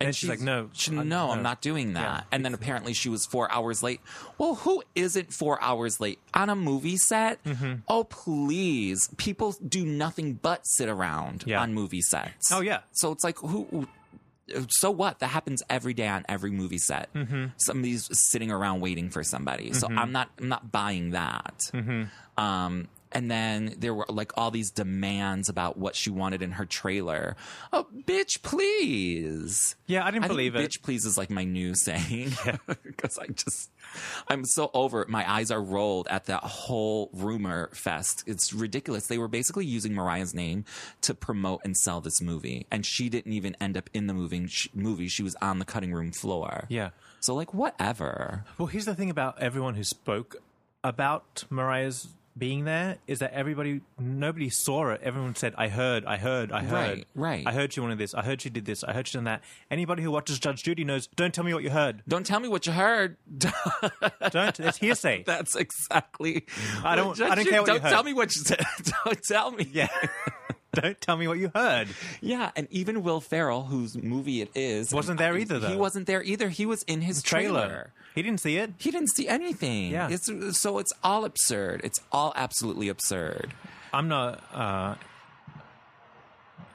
[SPEAKER 2] And, she's, like, no,
[SPEAKER 1] she-
[SPEAKER 2] I-
[SPEAKER 1] no, I'm not doing that.
[SPEAKER 2] Yeah.
[SPEAKER 1] And then apparently she was four hours late. Well, who isn't four hours late on a movie set?
[SPEAKER 2] Mm-hmm.
[SPEAKER 1] Oh, please. People do nothing but sit around
[SPEAKER 2] Yeah.
[SPEAKER 1] on movie sets.
[SPEAKER 2] Oh, yeah.
[SPEAKER 1] So it's like, who? So what? That happens every day on every movie set.
[SPEAKER 2] Mm-hmm.
[SPEAKER 1] Somebody's sitting around waiting for somebody. So I'm not. I'm not buying that.
[SPEAKER 2] Mm-hmm.
[SPEAKER 1] Um, and then there were like all these demands about what she wanted in her trailer. Oh, bitch, please.
[SPEAKER 2] Yeah, I didn't
[SPEAKER 1] I think
[SPEAKER 2] believe it.
[SPEAKER 1] Bitch, please is like my new saying because I just I'm so over it. My eyes are rolled at that whole rumor fest. It's ridiculous. They were basically using Mariah's name to promote and sell this movie, and she didn't even end up in the moving sh- movie. She was on the cutting room floor.
[SPEAKER 2] Yeah.
[SPEAKER 1] So like whatever.
[SPEAKER 2] Well, here's the thing about everyone who spoke about Mariah's being there is that everybody, nobody saw it. Everyone said, "I heard, I heard, I heard,
[SPEAKER 1] Right, right.
[SPEAKER 2] I heard she wanted this. I heard she did this. I heard she done that." Anybody who watches Judge Judy knows. Don't tell me what you heard.
[SPEAKER 1] Don't tell me what you heard.
[SPEAKER 2] Don't. It's hearsay.
[SPEAKER 1] That's exactly.
[SPEAKER 2] I don't- I don't care what you
[SPEAKER 1] don't
[SPEAKER 2] heard.
[SPEAKER 1] tell me what you said. Don't tell me.
[SPEAKER 2] yeah. Don't tell me what you heard.
[SPEAKER 1] Yeah, and even Will Ferrell, whose movie it is,
[SPEAKER 2] Wasn't there either, though.
[SPEAKER 1] He wasn't there either. He was in his
[SPEAKER 2] Trailer.
[SPEAKER 1] trailer.
[SPEAKER 2] He didn't see it.
[SPEAKER 1] He didn't see anything.
[SPEAKER 2] Yeah.
[SPEAKER 1] It's, so it's all absurd. It's all absolutely absurd.
[SPEAKER 2] I'm not. Uh,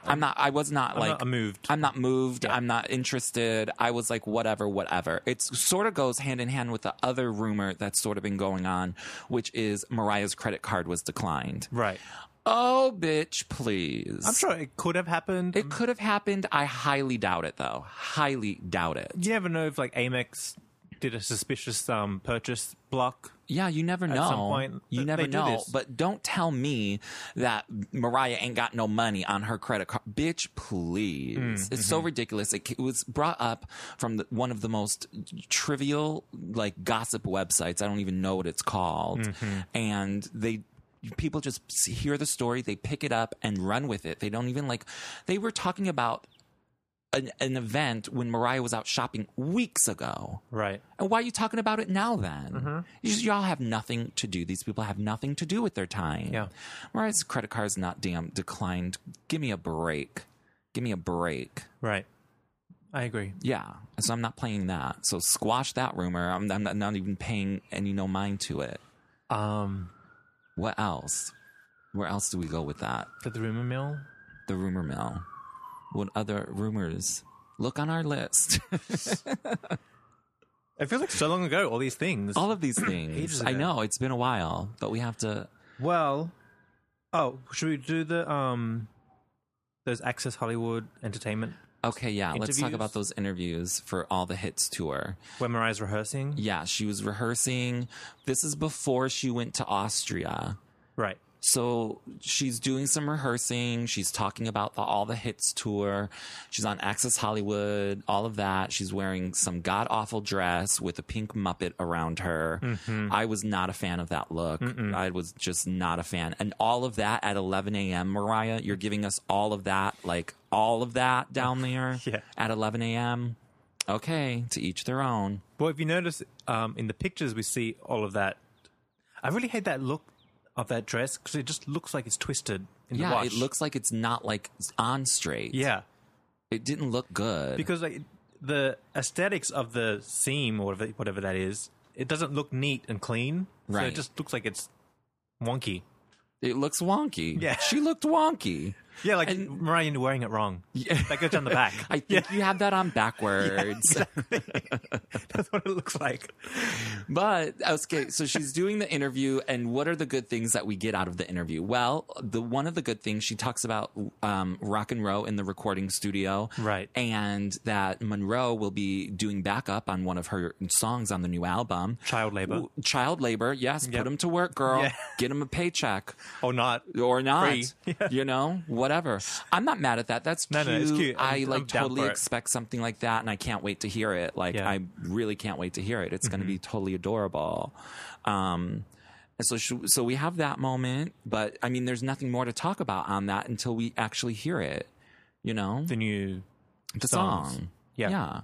[SPEAKER 1] I'm not. I was not like
[SPEAKER 2] not moved.
[SPEAKER 1] I'm not moved. I'm not interested. I was like, whatever, whatever. It sort of goes hand in hand with the other rumor that's sort of been going on, which is Mariah's credit card was declined.
[SPEAKER 2] right.
[SPEAKER 1] Oh, bitch, please.
[SPEAKER 2] I'm sure it could have happened.
[SPEAKER 1] It could have happened. I highly doubt it, though. Highly doubt it.
[SPEAKER 2] you never know if like Amex did a suspicious um, purchase block.
[SPEAKER 1] Yeah, you never know.
[SPEAKER 2] some point,
[SPEAKER 1] you
[SPEAKER 2] th-
[SPEAKER 1] never
[SPEAKER 2] they do
[SPEAKER 1] know.
[SPEAKER 2] this.
[SPEAKER 1] But don't tell me that Mariah ain't got no money on her credit card. Bitch, please. it's
[SPEAKER 2] Mm,
[SPEAKER 1] so
[SPEAKER 2] mm-hmm.
[SPEAKER 1] ridiculous. It, ca- it was brought up from the, one of the most trivial, like, gossip websites. I don't even know what it's called.
[SPEAKER 2] Mm-hmm.
[SPEAKER 1] And they. People just s- hear the story, they pick it up and run with it. They don't even like, they were talking about an, an event when Mariah was out shopping weeks ago.
[SPEAKER 2] Right.
[SPEAKER 1] And why are you talking about it now then?
[SPEAKER 2] Mm-hmm.
[SPEAKER 1] You just, y'all have nothing to do. These people have nothing to do with their time.
[SPEAKER 2] Yeah.
[SPEAKER 1] Mariah's credit card's not damn declined. Give me a break. Give me a break.
[SPEAKER 2] Right. I agree.
[SPEAKER 1] Yeah. So I'm not playing that. So squash that rumor. I'm, I'm not, not even paying any no mind to it.
[SPEAKER 2] Um,
[SPEAKER 1] What else? Where else do we go with that?
[SPEAKER 2] did the rumor mill?
[SPEAKER 1] The rumor mill. What other rumors? Look on our list.
[SPEAKER 2] It feels like so long ago. All these things.
[SPEAKER 1] All of these things. I
[SPEAKER 2] ago.
[SPEAKER 1] know it's been a while, but we have to.
[SPEAKER 2] well, oh, should we do the um, those Access Hollywood Entertainment
[SPEAKER 1] Okay, yeah, let's talk
[SPEAKER 2] Interviews?
[SPEAKER 1] about those interviews for all the hits tour.
[SPEAKER 2] where Mariah's rehearsing?
[SPEAKER 1] Yeah, she was rehearsing. This is before she went to Austria.
[SPEAKER 2] Right.
[SPEAKER 1] So she's doing some rehearsing. She's talking about the All the Hits tour. She's on Access Hollywood, all of that. She's wearing some god awful dress with a pink Muppet around her.
[SPEAKER 2] Mm-hmm.
[SPEAKER 1] I was not a fan of that look. I was just not a fan. And all of that at 11 a.m., Mariah, you're giving us all of that, like all of that down there
[SPEAKER 2] Yeah.
[SPEAKER 1] at 11 a.m. Okay, to each their own.
[SPEAKER 2] Well, if you notice, um, in the pictures we see all of that. I really hate that look of that dress because it just looks like it's twisted in the
[SPEAKER 1] Yeah,
[SPEAKER 2] wash.
[SPEAKER 1] it looks like it's not like on straight.
[SPEAKER 2] Yeah,
[SPEAKER 1] It didn't look good.
[SPEAKER 2] because like the aesthetics of the seam or whatever, whatever that is, it doesn't look neat and clean. So it
[SPEAKER 1] Right.
[SPEAKER 2] just looks like it's wonky.
[SPEAKER 1] It looks wonky.
[SPEAKER 2] Yeah.
[SPEAKER 1] She looked wonky.
[SPEAKER 2] Yeah, like
[SPEAKER 1] And-
[SPEAKER 2] Mariah, you're wearing it wrong. That goes down the back.
[SPEAKER 1] I think you had that on backwards.
[SPEAKER 2] That's what it looks like.
[SPEAKER 1] But okay, so she's doing the interview, and what are the good things that we get out of the interview? Well, the one of the good things she talks about um, rock and roll in the recording studio,
[SPEAKER 2] Right.
[SPEAKER 1] And that Monroe will be doing backup on one of her songs on the new album,
[SPEAKER 2] Child labor.
[SPEAKER 1] W- Child labor, yes. Put him to work, girl.
[SPEAKER 2] Yeah.
[SPEAKER 1] Get him a paycheck.
[SPEAKER 2] Or not.
[SPEAKER 1] or not.
[SPEAKER 2] Free. Yeah.
[SPEAKER 1] You know, whatever. I'm not mad at that. That's
[SPEAKER 2] No,
[SPEAKER 1] cute.
[SPEAKER 2] no, it's cute. I'm-
[SPEAKER 1] I like
[SPEAKER 2] I'm down
[SPEAKER 1] totally
[SPEAKER 2] for it.
[SPEAKER 1] expect something like that, and I can't wait to hear it. Like
[SPEAKER 2] Yeah. Mm-hmm.
[SPEAKER 1] I really can't wait to hear it. It's going to be totally adorable. Um, and so, sh so we have that moment, but I mean, there's nothing more to talk about on that until we actually hear it. You know,
[SPEAKER 2] The new
[SPEAKER 1] the
[SPEAKER 2] songs.
[SPEAKER 1] song.
[SPEAKER 2] Yeah.
[SPEAKER 1] Yeah.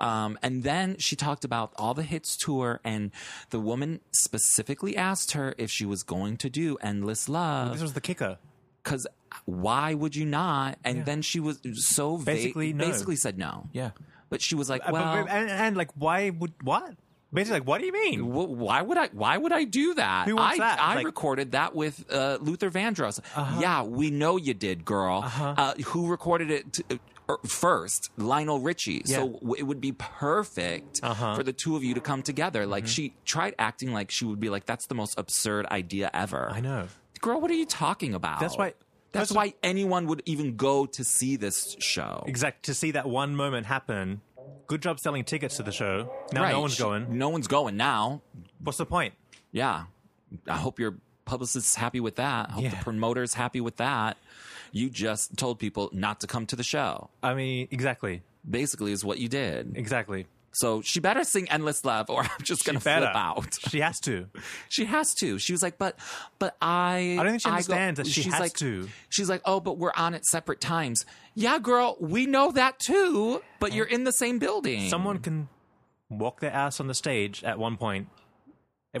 [SPEAKER 1] Um, and then she talked about all the hits tour, and the woman specifically asked her if she was going to do Endless Love
[SPEAKER 2] This was the kicker.
[SPEAKER 1] because why would you not? And then she was so vague,
[SPEAKER 2] Basically, no.
[SPEAKER 1] basically said no.
[SPEAKER 2] Yeah.
[SPEAKER 1] But she was like,
[SPEAKER 2] Uh, but-
[SPEAKER 1] well,
[SPEAKER 2] but- and, and like, why would what? Basically, like, what do you mean?
[SPEAKER 1] Wh- why would I? Why would I do that?
[SPEAKER 2] Who wants
[SPEAKER 1] I,
[SPEAKER 2] that?
[SPEAKER 1] I
[SPEAKER 2] Like- Uh-huh.
[SPEAKER 1] recorded that with uh, Luther Vandross. Yeah, we know you did, girl. uh who recorded it t- er, first? Lionel Richie. So
[SPEAKER 2] Yeah. Uh-huh.
[SPEAKER 1] w- it would be perfect for the two of you to come together.
[SPEAKER 2] Mm-hmm.
[SPEAKER 1] Like she tried acting like she would be like, "That's the most absurd idea ever."
[SPEAKER 2] I know.
[SPEAKER 1] girl. What are you talking about?
[SPEAKER 2] That's why-
[SPEAKER 1] That's,
[SPEAKER 2] that's-
[SPEAKER 1] why anyone would even go to see this show.
[SPEAKER 2] Exact to see that one moment happen. Good job selling tickets to the show. Now
[SPEAKER 1] Right.
[SPEAKER 2] no one's
[SPEAKER 1] She-
[SPEAKER 2] going.
[SPEAKER 1] No one's going now.
[SPEAKER 2] What's the point?
[SPEAKER 1] yeah, I hope your publicist's happy with that. I hope the
[SPEAKER 2] Yeah.
[SPEAKER 1] promoter's happy with that. You just told people not to come to the show,
[SPEAKER 2] I mean, exactly,
[SPEAKER 1] basically, is what you did.
[SPEAKER 2] exactly.
[SPEAKER 1] So she better sing Endless Love or I'm just going to flip
[SPEAKER 2] Better.
[SPEAKER 1] out.
[SPEAKER 2] She has to.
[SPEAKER 1] She has to. She was like, but, but I.
[SPEAKER 2] I don't think she
[SPEAKER 1] go-
[SPEAKER 2] understands that she
[SPEAKER 1] she's
[SPEAKER 2] has
[SPEAKER 1] like,
[SPEAKER 2] to.
[SPEAKER 1] She's like, oh, but we're on at separate times. Yeah, girl, we know that too, but you're in the same building.
[SPEAKER 2] Someone can walk their ass on the stage at one point.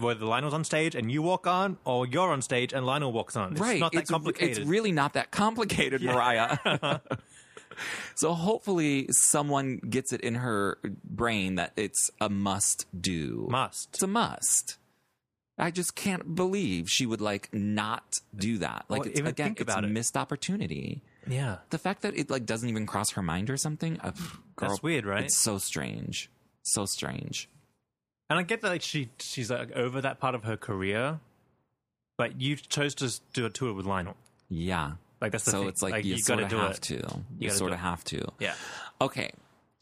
[SPEAKER 2] Whether Lionel's on stage and you walk on, or you're on stage and Lionel walks on. It's
[SPEAKER 1] right.
[SPEAKER 2] not that
[SPEAKER 1] it's,
[SPEAKER 2] complicated.
[SPEAKER 1] It's really not that complicated, Mariah. so hopefully someone gets it in her brain that it's a must do. It's
[SPEAKER 2] must.
[SPEAKER 1] a must. I just can't believe she would like not do that. Like
[SPEAKER 2] Well,
[SPEAKER 1] it's,
[SPEAKER 2] even
[SPEAKER 1] again,
[SPEAKER 2] think
[SPEAKER 1] it's
[SPEAKER 2] about
[SPEAKER 1] a
[SPEAKER 2] it.
[SPEAKER 1] missed opportunity.
[SPEAKER 2] Yeah.
[SPEAKER 1] The fact that it like doesn't even cross her mind or something. Uh, pff, girl,
[SPEAKER 2] That's weird, right?
[SPEAKER 1] It's so strange. So strange.
[SPEAKER 2] And I get that like she she's like over that part of her career, but you chose to s- do a tour with Lionel.
[SPEAKER 1] Yeah.
[SPEAKER 2] Like that's the
[SPEAKER 1] so
[SPEAKER 2] thing.
[SPEAKER 1] it's like, you,
[SPEAKER 2] gotta
[SPEAKER 1] sort of
[SPEAKER 2] do
[SPEAKER 1] have
[SPEAKER 2] it.
[SPEAKER 1] to. You,
[SPEAKER 2] gotta
[SPEAKER 1] sort
[SPEAKER 2] do
[SPEAKER 1] of
[SPEAKER 2] it.
[SPEAKER 1] have to.
[SPEAKER 2] Yeah.
[SPEAKER 1] Okay.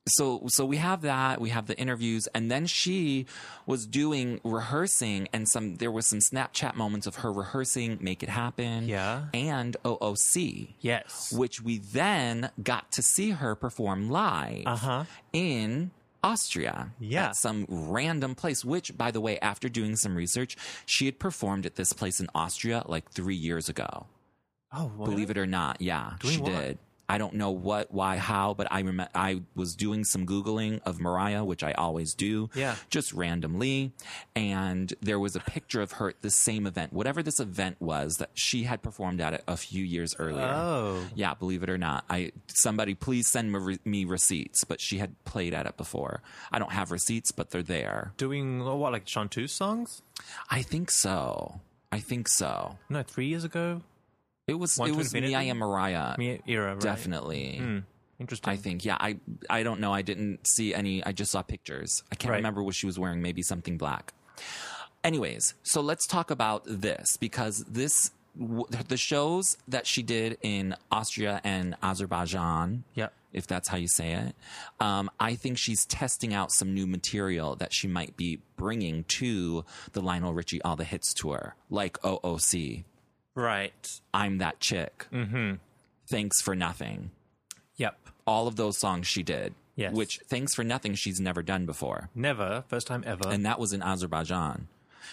[SPEAKER 1] So so we have that, we have the interviews, and then she was doing rehearsing and some there was some Snapchat moments of her rehearsing Make It Happen
[SPEAKER 2] Yeah.
[SPEAKER 1] and OOC.
[SPEAKER 2] Yes.
[SPEAKER 1] Which we then got to see her perform live
[SPEAKER 2] Uh-huh.
[SPEAKER 1] in Austria.
[SPEAKER 2] Yeah.
[SPEAKER 1] At some random place, which, by the way, after doing some research, she had performed at this place in Austria like three years ago
[SPEAKER 2] Oh,
[SPEAKER 1] believe it or not. Yeah,
[SPEAKER 2] Doing
[SPEAKER 1] she
[SPEAKER 2] what?
[SPEAKER 1] did. I don't know what, why, how, but I remember I was doing some googling of Mariah, which I always do,
[SPEAKER 2] Yeah.
[SPEAKER 1] just randomly, and there was a picture of her at the same event, whatever this event was that she had performed at it a few years earlier.
[SPEAKER 2] Oh.
[SPEAKER 1] yeah, believe it or not, I somebody please send me, re- me receipts, but she had played at it before. I don't have receipts, but they're there.
[SPEAKER 2] Doing uh, what like Chanteuse songs?
[SPEAKER 1] I think so. I think so.
[SPEAKER 2] No, three years ago.
[SPEAKER 1] It was
[SPEAKER 2] One
[SPEAKER 1] it
[SPEAKER 2] to
[SPEAKER 1] was me, I
[SPEAKER 2] Infinity?
[SPEAKER 1] am Mariah,
[SPEAKER 2] Me era. Right? Hmm.
[SPEAKER 1] definitely.
[SPEAKER 2] Interesting.
[SPEAKER 1] I think. Yeah, I I don't know. I didn't see any. I just saw pictures. I can't
[SPEAKER 2] Right.
[SPEAKER 1] remember what she was wearing. Maybe something black. Anyways, so let's talk about this because this w- the shows that she did in Austria and Azerbaijan.
[SPEAKER 2] Yeah.
[SPEAKER 1] If that's how you say it, um, I think she's testing out some new material that she might be bringing to the Lionel Richie All the Hits tour, like OOC,
[SPEAKER 2] Right.
[SPEAKER 1] I'm That Chick, mm-hmm. Thanks for Nothing
[SPEAKER 2] Yep.
[SPEAKER 1] all of those songs she did.
[SPEAKER 2] Yes.
[SPEAKER 1] Which thanks for nothing she's never done before.
[SPEAKER 2] Never. First time ever.
[SPEAKER 1] And that was in Azerbaijan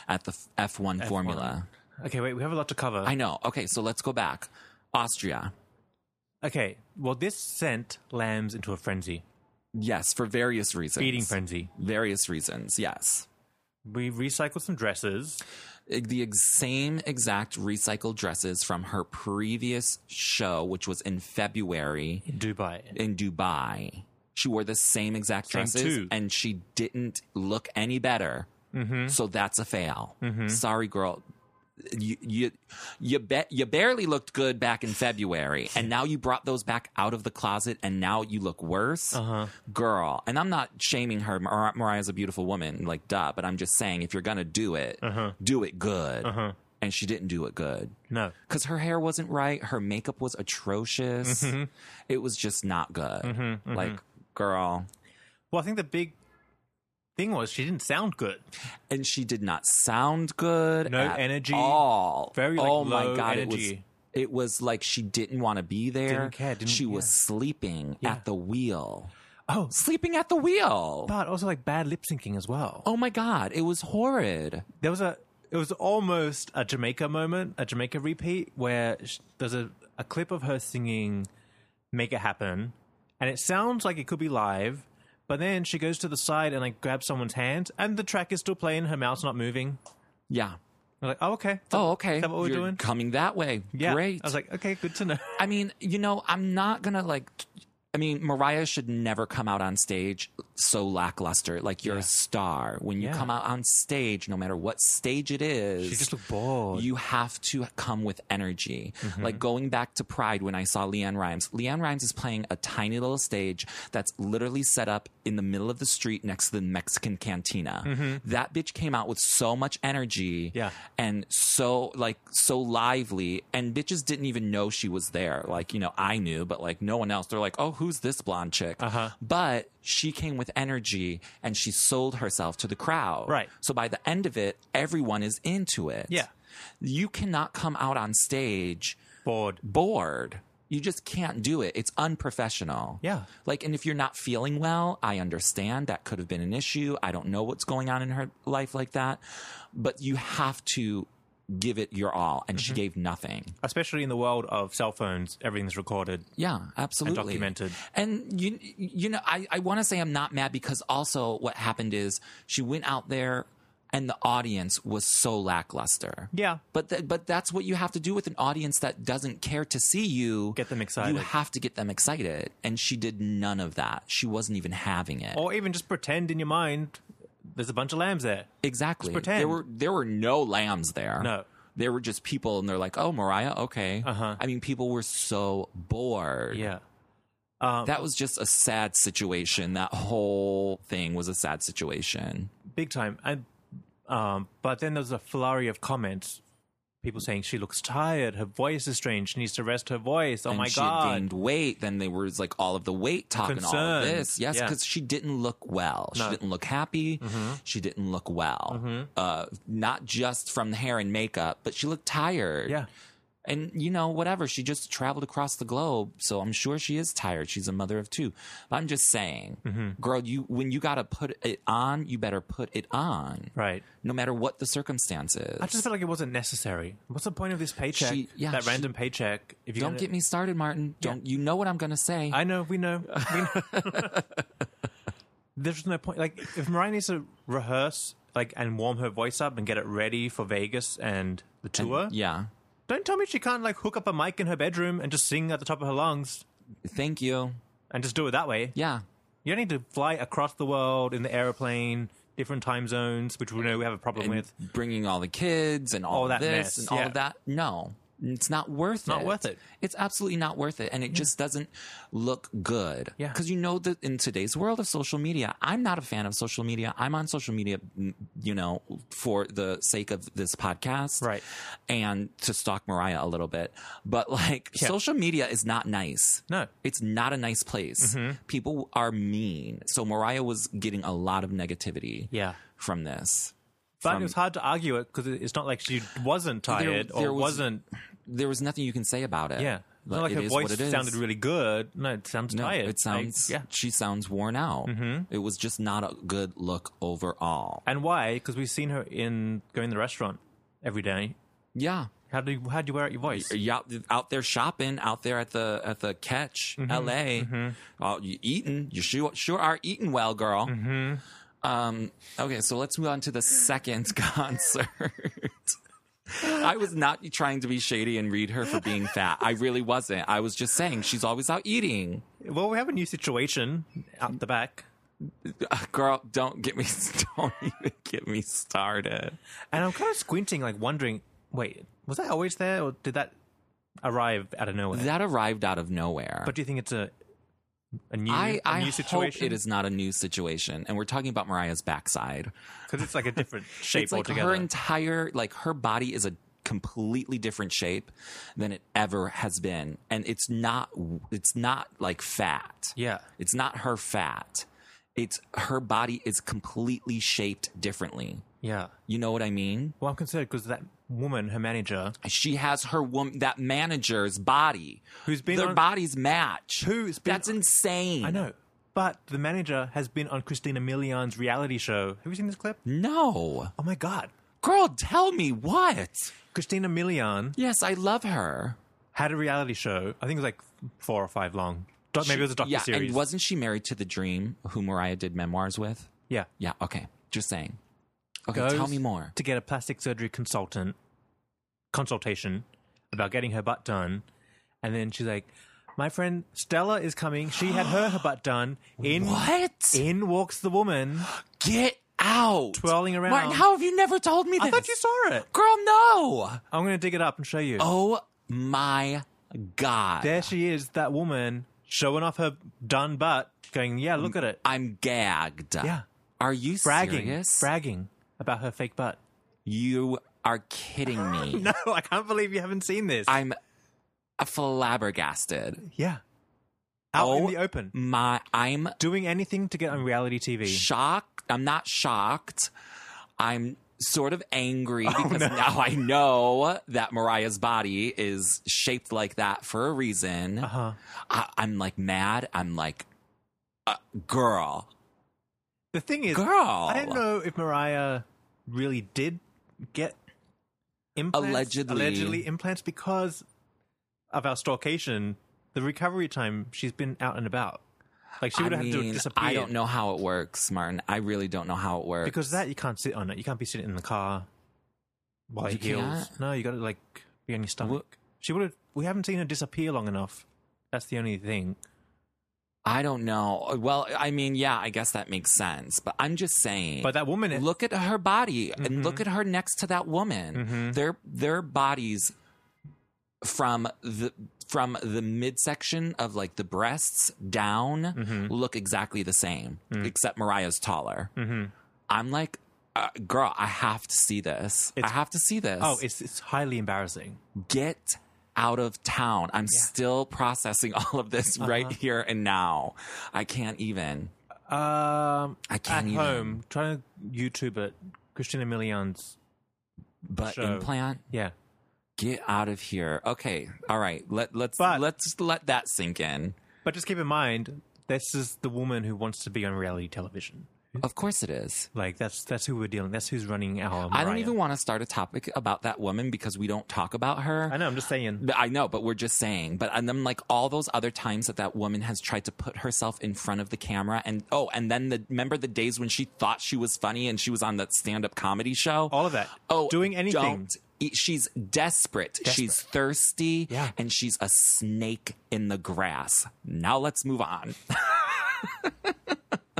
[SPEAKER 1] at the F1, formula.
[SPEAKER 2] okay, wait. We have a lot to cover.
[SPEAKER 1] I know. Okay, so let's go back. Austria.
[SPEAKER 2] okay. Well, this sent lambs into a frenzy,
[SPEAKER 1] Yes, for various reasons.
[SPEAKER 2] feeding frenzy.
[SPEAKER 1] Various reasons, yes.
[SPEAKER 2] We recycled some dresses.
[SPEAKER 1] The ex- same exact recycled dresses from her previous show, which was in February
[SPEAKER 2] Dubai.
[SPEAKER 1] in Dubai. She wore the same exact
[SPEAKER 2] Same
[SPEAKER 1] dresses
[SPEAKER 2] two.
[SPEAKER 1] and she didn't look any better. So that's a fail. Sorry, girl. You you you bet you barely looked good back in February, and now you brought those back out of the closet, and now you look worse, girl. And I'm not shaming her. Mar- Mariah's a beautiful woman, like duh. But I'm just saying, if you're gonna do it, do it good. And she didn't do it good
[SPEAKER 2] No.
[SPEAKER 1] because her hair wasn't right. Her makeup was atrocious.
[SPEAKER 2] Mm-hmm.
[SPEAKER 1] It was just not good. Like, girl.
[SPEAKER 2] Well, I think the big thing was she didn't sound good.
[SPEAKER 1] And she did not sound good.
[SPEAKER 2] No
[SPEAKER 1] at
[SPEAKER 2] energy.
[SPEAKER 1] All.
[SPEAKER 2] Very, like,
[SPEAKER 1] oh my
[SPEAKER 2] low
[SPEAKER 1] god. It was.
[SPEAKER 2] energy.
[SPEAKER 1] It was like she didn't want to be there.
[SPEAKER 2] Didn't care, didn't-
[SPEAKER 1] she was
[SPEAKER 2] yeah.
[SPEAKER 1] sleeping
[SPEAKER 2] Yeah.
[SPEAKER 1] at the wheel.
[SPEAKER 2] Oh,
[SPEAKER 1] Sleeping at the wheel.
[SPEAKER 2] but also like bad lip syncing as well.
[SPEAKER 1] oh my god. It was horrid.
[SPEAKER 2] There was a. It was almost a Jamaica moment, a Jamaica repeat, where sh- there's a, a clip of her singing "Make It Happen," and it sounds like it could be live, but then she goes to the side and like grabs someone's hand, and the track is still playing. Her mouth's not moving.
[SPEAKER 1] Yeah.
[SPEAKER 2] We're like, oh okay.
[SPEAKER 1] Oh, okay.
[SPEAKER 2] Is that what we're
[SPEAKER 1] You're
[SPEAKER 2] doing?
[SPEAKER 1] Coming that way.
[SPEAKER 2] Yeah.
[SPEAKER 1] Great.
[SPEAKER 2] I was like, okay, good to know.
[SPEAKER 1] I mean, you know, I'm not gonna like t- I mean, Mariah should never come out on stage so lackluster. Like you're a star. When you
[SPEAKER 2] Yeah.
[SPEAKER 1] come out on stage, no matter what stage it is,
[SPEAKER 2] She just looked bored.
[SPEAKER 1] you have to come with energy.
[SPEAKER 2] Mm-hmm.
[SPEAKER 1] Like going back to Pride when I saw Leanne Rhymes. Leanne Rhymes is playing a tiny little stage that's literally set up in the middle of the street next to the Mexican cantina. That bitch came out with so much energy
[SPEAKER 2] Mm-hmm. Yeah.
[SPEAKER 1] and so like so lively and bitches didn't even know she was there. Like, you know, I knew, but like no one else. They're like, "Oh, who's this blonde chick?" Uh-huh. But she came with energy and she sold herself to the crowd.
[SPEAKER 2] Right.
[SPEAKER 1] So by the end of it, everyone is into it.
[SPEAKER 2] Yeah.
[SPEAKER 1] You cannot come out on stage
[SPEAKER 2] bored.
[SPEAKER 1] bored. You just can't do it. It's unprofessional.
[SPEAKER 2] Yeah.
[SPEAKER 1] Like, and if you're not feeling well, I understand that could have been an issue. I don't know what's going on in her life like that, but you have to give it your all. And
[SPEAKER 2] Mm-hmm.
[SPEAKER 1] she gave nothing.
[SPEAKER 2] Especially in the world of cell phones, everything's recorded.
[SPEAKER 1] Yeah, absolutely.
[SPEAKER 2] documented.
[SPEAKER 1] And you, you know, I, I want to say I'm not mad because also what happened is she went out there and the audience was so lackluster.
[SPEAKER 2] Yeah.
[SPEAKER 1] But th- but that's what you have to do with an audience that doesn't care to see you.
[SPEAKER 2] Get them excited.
[SPEAKER 1] You have to get them excited, and she did none of that. She wasn't even having it.
[SPEAKER 2] Or even just pretend in your mind there's a bunch of lambs there.
[SPEAKER 1] exactly.
[SPEAKER 2] pretend.
[SPEAKER 1] There were there were no lambs there.
[SPEAKER 2] No.
[SPEAKER 1] There were just people, and they're like, "Oh, Mariah, okay."
[SPEAKER 2] Uh-huh.
[SPEAKER 1] I mean, people were so bored.
[SPEAKER 2] Yeah.
[SPEAKER 1] That was just a sad situation. That whole thing was a sad situation.
[SPEAKER 2] Big time. And um, but then there's a flurry of comments. People saying she looks tired, her voice is strange, she needs to rest her voice. Oh
[SPEAKER 1] and
[SPEAKER 2] my
[SPEAKER 1] she
[SPEAKER 2] god.
[SPEAKER 1] had gained weight. Then there was like all of the weight talk and all of
[SPEAKER 2] Concerns.
[SPEAKER 1] this. Yes,
[SPEAKER 2] Yeah. Mm-hmm.
[SPEAKER 1] because she didn't look well. She didn't look happy. She didn't look well. Uh, not just from the hair and makeup, but she looked tired.
[SPEAKER 2] yeah.
[SPEAKER 1] And you know, whatever. She just traveled across the globe, so I'm sure she is tired. She's a mother of two. But I'm just saying,
[SPEAKER 2] Mm-hmm.
[SPEAKER 1] girl, you when you gotta put it on, you better put it on.
[SPEAKER 2] Right.
[SPEAKER 1] No matter what the circumstances.
[SPEAKER 2] I just felt like it wasn't necessary. What's the point of this paycheck?
[SPEAKER 1] She- yeah,
[SPEAKER 2] that
[SPEAKER 1] she-
[SPEAKER 2] random paycheck. If you
[SPEAKER 1] Don't get me started, Martin. Don't you know what I'm gonna say?
[SPEAKER 2] I know, we know. We know. There's no point. Like, if Mariah needs to rehearse, like, and warm her voice up and get it ready for Vegas and the tour,
[SPEAKER 1] yeah.
[SPEAKER 2] don't tell me she can't like hook up a mic in her bedroom and just sing at the top of her lungs
[SPEAKER 1] Thank you.
[SPEAKER 2] and just do it that way.
[SPEAKER 1] Yeah.
[SPEAKER 2] You don't need to fly across the world in the airplane, different time zones, which we know we have a problem
[SPEAKER 1] and
[SPEAKER 2] with.
[SPEAKER 1] bringing all the kids and all,
[SPEAKER 2] All that
[SPEAKER 1] this
[SPEAKER 2] mess,
[SPEAKER 1] and all
[SPEAKER 2] yeah.
[SPEAKER 1] of that. No, it's not worth it.
[SPEAKER 2] not worth it.
[SPEAKER 1] It's absolutely not worth it, and it just doesn't look good.
[SPEAKER 2] Yeah.
[SPEAKER 1] because you know that in today's world of social media, I'm not a fan of social media. I'm on social media, m- you know, for the sake of this podcast,
[SPEAKER 2] Right.
[SPEAKER 1] And to stalk Mariah a little bit, but like social media is not nice.
[SPEAKER 2] No. Mm-hmm.
[SPEAKER 1] It's not a nice place. People are mean. So Mariah was getting a lot of negativity
[SPEAKER 2] Yeah.
[SPEAKER 1] from this.
[SPEAKER 2] But it was hard to argue it because it's not like she wasn't tired
[SPEAKER 1] there
[SPEAKER 2] or
[SPEAKER 1] was-
[SPEAKER 2] was, not
[SPEAKER 1] there was nothing you can say about it.
[SPEAKER 2] Yeah. It's not like
[SPEAKER 1] it
[SPEAKER 2] her
[SPEAKER 1] is
[SPEAKER 2] voice
[SPEAKER 1] what it is.
[SPEAKER 2] sounded really good. No, it sounds
[SPEAKER 1] No,
[SPEAKER 2] tired.
[SPEAKER 1] it sounds.
[SPEAKER 2] Like, yeah. Mm-hmm.
[SPEAKER 1] She sounds worn out. It was just not a good look overall.
[SPEAKER 2] And why? Because we've seen her in going to the restaurant every day.
[SPEAKER 1] Yeah,
[SPEAKER 2] How do you, how do you wear out your voice?
[SPEAKER 1] you out, out there shopping, out there at the at the Catch,
[SPEAKER 2] Mm-hmm.
[SPEAKER 1] L.A. Uh, you eating. You sure sure are eating well, girl.
[SPEAKER 2] Mm-hmm.
[SPEAKER 1] Um, okay, so let's move on to the second concert. I was not trying to be shady and read her for being fat. I really wasn't. I was just saying she's always out eating.
[SPEAKER 2] Well, we have a new situation out the back.
[SPEAKER 1] Uh, girl, don't get me, don't even get me started.
[SPEAKER 2] And I'm kind of squinting, like wondering, wait, was that always there or did that arrive out of nowhere?
[SPEAKER 1] That arrived out of nowhere.
[SPEAKER 2] but do you think it's a a new,
[SPEAKER 1] I,
[SPEAKER 2] a
[SPEAKER 1] I
[SPEAKER 2] new situation?
[SPEAKER 1] hope it is not a new situation. And we're talking about Mariah's backside.
[SPEAKER 2] Because it's like a different shape
[SPEAKER 1] it's like
[SPEAKER 2] altogether.
[SPEAKER 1] her entire, like her body is a completely different shape than it ever has been. And it's not, it's not like fat.
[SPEAKER 2] yeah.
[SPEAKER 1] It's not her fat. It's her body is completely shaped differently.
[SPEAKER 2] Yeah.
[SPEAKER 1] You know what I mean?
[SPEAKER 2] Well, I'm concerned because that woman, her manager,
[SPEAKER 1] She has her woman that manager's body.
[SPEAKER 2] Who's been
[SPEAKER 1] their
[SPEAKER 2] on-
[SPEAKER 1] bodies match.
[SPEAKER 2] Who's been-
[SPEAKER 1] That's insane.
[SPEAKER 2] I know, but the manager has been on Christina Milian's reality show. Have you seen this clip?
[SPEAKER 1] No.
[SPEAKER 2] Oh my God.
[SPEAKER 1] Girl, tell me what?
[SPEAKER 2] Christina Milian
[SPEAKER 1] Yes, I love her.
[SPEAKER 2] had a reality show. I think it was like four or five long. Do- Maybe it was a docu
[SPEAKER 1] Yeah,
[SPEAKER 2] series.
[SPEAKER 1] and wasn't she married to the dream who Mariah did memoirs with?
[SPEAKER 2] yeah.
[SPEAKER 1] Yeah, okay. Just saying. Okay,
[SPEAKER 2] Goes
[SPEAKER 1] tell me more.
[SPEAKER 2] To get a plastic surgery consultant consultation about getting her butt done, and then she's like, My friend Stella is coming. She had her butt done. In
[SPEAKER 1] What?
[SPEAKER 2] In walks the woman.
[SPEAKER 1] Get out.
[SPEAKER 2] Twirling around.
[SPEAKER 1] Martin, how have you never told me this?
[SPEAKER 2] I thought you saw it.
[SPEAKER 1] Girl, no.
[SPEAKER 2] I'm gonna dig it up and show you.
[SPEAKER 1] Oh my God.
[SPEAKER 2] There she is, that woman showing off her done butt, going, "Yeah, look at it."
[SPEAKER 1] Mm, I'm gagged.
[SPEAKER 2] Yeah.
[SPEAKER 1] Are you
[SPEAKER 2] Bragging,
[SPEAKER 1] serious?
[SPEAKER 2] bragging about her fake butt.
[SPEAKER 1] you are kidding me.
[SPEAKER 2] No, I can't believe you haven't seen this.
[SPEAKER 1] I'm flabbergasted.
[SPEAKER 2] yeah, out in
[SPEAKER 1] Oh.
[SPEAKER 2] the open,
[SPEAKER 1] My, I'm
[SPEAKER 2] doing anything to get on reality TV.
[SPEAKER 1] shocked. I'm not shocked. I'm sort of angry
[SPEAKER 2] Oh,
[SPEAKER 1] because now I know that Mariah's body is shaped like that for a reason.
[SPEAKER 2] Uh-huh.
[SPEAKER 1] I, I'm like mad. I'm like, uh, girl,
[SPEAKER 2] The thing is,
[SPEAKER 1] girl.
[SPEAKER 2] I don't know if Mariah really did get implants,
[SPEAKER 1] Allegedly.
[SPEAKER 2] allegedly implants because of our stalkation. The recovery time she's been out and about, like she would
[SPEAKER 1] I
[SPEAKER 2] have
[SPEAKER 1] mean,
[SPEAKER 2] to disappear.
[SPEAKER 1] I don't know how it works, Martin. I really don't know how it works.
[SPEAKER 2] because that you can't sit on it. You can't be sitting in the car while
[SPEAKER 1] You
[SPEAKER 2] it heals.
[SPEAKER 1] can't?
[SPEAKER 2] No, you got to like be on your stomach. She would have. We haven't seen her disappear long enough. That's the only thing.
[SPEAKER 1] I don't know. Uh, Well, I mean, yeah, I guess that makes sense. But I'm just saying.
[SPEAKER 2] But that woman, Mm-hmm.
[SPEAKER 1] look at her body and look at her next to that woman.
[SPEAKER 2] Mhm.
[SPEAKER 1] Their their bodies from the from the midsection of like the breasts down
[SPEAKER 2] Mm-hmm.
[SPEAKER 1] look exactly the same,
[SPEAKER 2] Mm.
[SPEAKER 1] except Mariah's taller.
[SPEAKER 2] Mm-hmm.
[SPEAKER 1] I'm like, uh, girl, I have to see this. I
[SPEAKER 2] It's-
[SPEAKER 1] have to see this.
[SPEAKER 2] oh, it's it's highly embarrassing.
[SPEAKER 1] get out of town. I'm still processing all of this
[SPEAKER 2] Uh-huh.
[SPEAKER 1] right here and now. I can't even.
[SPEAKER 2] Um,
[SPEAKER 1] I can't
[SPEAKER 2] at
[SPEAKER 1] even.
[SPEAKER 2] home, trying to YouTube it. Christina Milian's.
[SPEAKER 1] But
[SPEAKER 2] show.
[SPEAKER 1] implant.
[SPEAKER 2] Yeah,
[SPEAKER 1] Get out of here. Okay. All right. Let let's
[SPEAKER 2] But-
[SPEAKER 1] let's let that sink in.
[SPEAKER 2] but just keep in mind, this is the woman who wants to be on reality television.
[SPEAKER 1] Of course it is.
[SPEAKER 2] Like that's that's who we're dealing. That's who's running our.
[SPEAKER 1] I don't
[SPEAKER 2] Mariah.
[SPEAKER 1] even want to start a topic about that woman because we don't talk about her.
[SPEAKER 2] I know. I'm just saying.
[SPEAKER 1] But I know, but we're just saying. But and then like all those other times that that woman has tried to put herself in front of the camera, and oh, and then the remember the days when she thought she was funny and she was on that stand up comedy show.
[SPEAKER 2] All of that.
[SPEAKER 1] Oh,
[SPEAKER 2] Doing anything.
[SPEAKER 1] don't eat- She's desperate. She's thirsty.
[SPEAKER 2] Yeah.
[SPEAKER 1] And she's a snake in the grass. Now let's move on.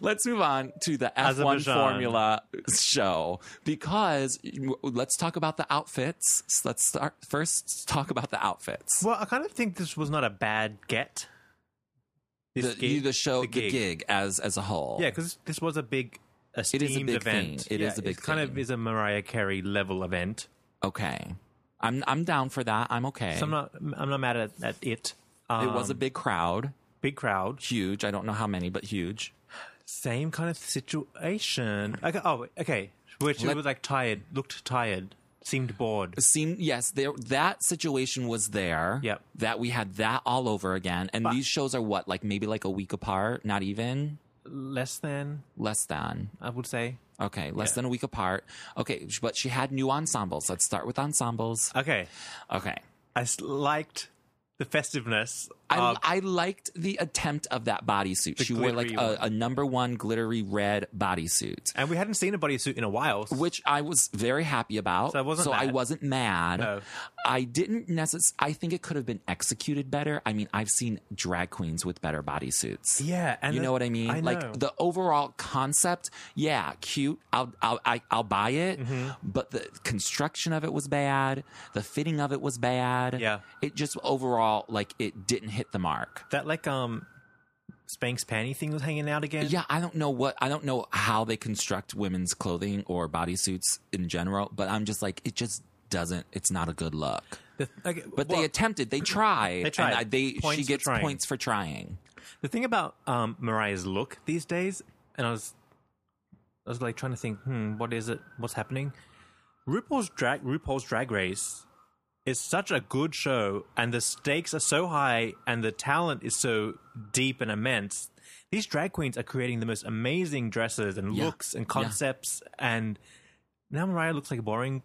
[SPEAKER 1] let's move on to the F1
[SPEAKER 2] Azerbaijan.
[SPEAKER 1] Formula show because let's talk about the outfits. Let's start first talk about the outfits.
[SPEAKER 2] Well, I kind of think this was not a bad get.
[SPEAKER 1] The,
[SPEAKER 2] This gig-
[SPEAKER 1] the show, the gig.
[SPEAKER 2] gig.
[SPEAKER 1] as as a whole.
[SPEAKER 2] Yeah, because this was a big esteemed
[SPEAKER 1] big
[SPEAKER 2] event.
[SPEAKER 1] thing. It
[SPEAKER 2] yeah,
[SPEAKER 1] is a big
[SPEAKER 2] It kind of
[SPEAKER 1] thing.
[SPEAKER 2] is a Mariah Carey level event.
[SPEAKER 1] Okay. I'm I'm down for that. I'm okay.
[SPEAKER 2] So I'm not I'm not mad at, at it. Um,
[SPEAKER 1] it was a big crowd.
[SPEAKER 2] big crowd.
[SPEAKER 1] huge. I don't know how many, but huge.
[SPEAKER 2] Same kind of situation. Okay, oh, okay. Which
[SPEAKER 1] Let-
[SPEAKER 2] was like tired, looked tired, seemed bored.
[SPEAKER 1] Seemed yes, there that situation was there.
[SPEAKER 2] Yep.
[SPEAKER 1] That we had that all over again. And these shows are what, like maybe like a week apart, not even
[SPEAKER 2] Less than
[SPEAKER 1] less than.
[SPEAKER 2] I would say.
[SPEAKER 1] Okay, less than a week apart. Okay, sh- but she had new ensembles. Let's start with ensembles.
[SPEAKER 2] Okay,
[SPEAKER 1] Okay.
[SPEAKER 2] I s- liked the festiveness.
[SPEAKER 1] I,
[SPEAKER 2] of-
[SPEAKER 1] I liked the attempt of that bodysuit. She wore like
[SPEAKER 2] glittery
[SPEAKER 1] a, a number one glittery red bodysuit.
[SPEAKER 2] and we hadn't seen a bodysuit in a while.
[SPEAKER 1] which I was very happy about.
[SPEAKER 2] So I wasn't
[SPEAKER 1] I
[SPEAKER 2] mad.
[SPEAKER 1] wasn't mad.
[SPEAKER 2] No.
[SPEAKER 1] I didn't necessarily. I think it could have been executed better. I mean, I've seen drag queens with better bodysuits.
[SPEAKER 2] Yeah, and
[SPEAKER 1] you
[SPEAKER 2] the-
[SPEAKER 1] know what I mean.
[SPEAKER 2] I know.
[SPEAKER 1] Like the overall concept, yeah, cute. I'll I'll I, I'll buy it.
[SPEAKER 2] Mm-hmm.
[SPEAKER 1] But the construction of it was bad. The fitting of it was bad.
[SPEAKER 2] Yeah.
[SPEAKER 1] it just overall like it didn't hit the mark.
[SPEAKER 2] that like um Spanx panty thing was hanging out again.
[SPEAKER 1] Yeah, I don't know what I don't know how they construct women's clothing or bodysuits in general, but I'm just like it just doesn't. It's not a good look.
[SPEAKER 2] The, okay,
[SPEAKER 1] But
[SPEAKER 2] well,
[SPEAKER 1] they attempted. They tried.
[SPEAKER 2] They tried.
[SPEAKER 1] And I, they
[SPEAKER 2] Points
[SPEAKER 1] she
[SPEAKER 2] for
[SPEAKER 1] gets
[SPEAKER 2] trying.
[SPEAKER 1] points for trying.
[SPEAKER 2] the thing about um, Mariah's look these days, and I was, I was like trying to think, hmm, what is it? What's happening? RuPaul's drag RuPaul's Drag Race is such a good show, and the stakes are so high, and the talent is so deep and immense. These drag queens are creating the most amazing dresses and
[SPEAKER 1] Yeah.
[SPEAKER 2] looks and
[SPEAKER 1] Yeah.
[SPEAKER 2] concepts, and now Mariah looks like a boring,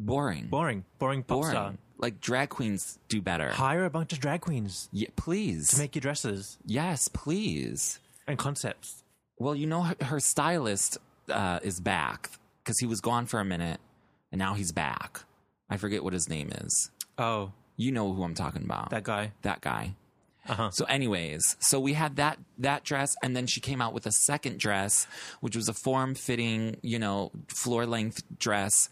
[SPEAKER 1] Boring.
[SPEAKER 2] boring, boring pop
[SPEAKER 1] Boring.
[SPEAKER 2] star.
[SPEAKER 1] Like drag queens do better.
[SPEAKER 2] Hire a bunch of drag queens
[SPEAKER 1] Yeah, please.
[SPEAKER 2] to make your dresses.
[SPEAKER 1] yes, please.
[SPEAKER 2] and concepts.
[SPEAKER 1] Well, you know her, her stylist uh, is back because he was gone for a minute, and now he's back. I forget what his name is.
[SPEAKER 2] Oh,
[SPEAKER 1] You know who I'm talking about.
[SPEAKER 2] That guy. Uh-huh.
[SPEAKER 1] that guy. So, anyways, so we had that that dress, and then she came out with a second dress, which was a form fitting, you know, floor length dress.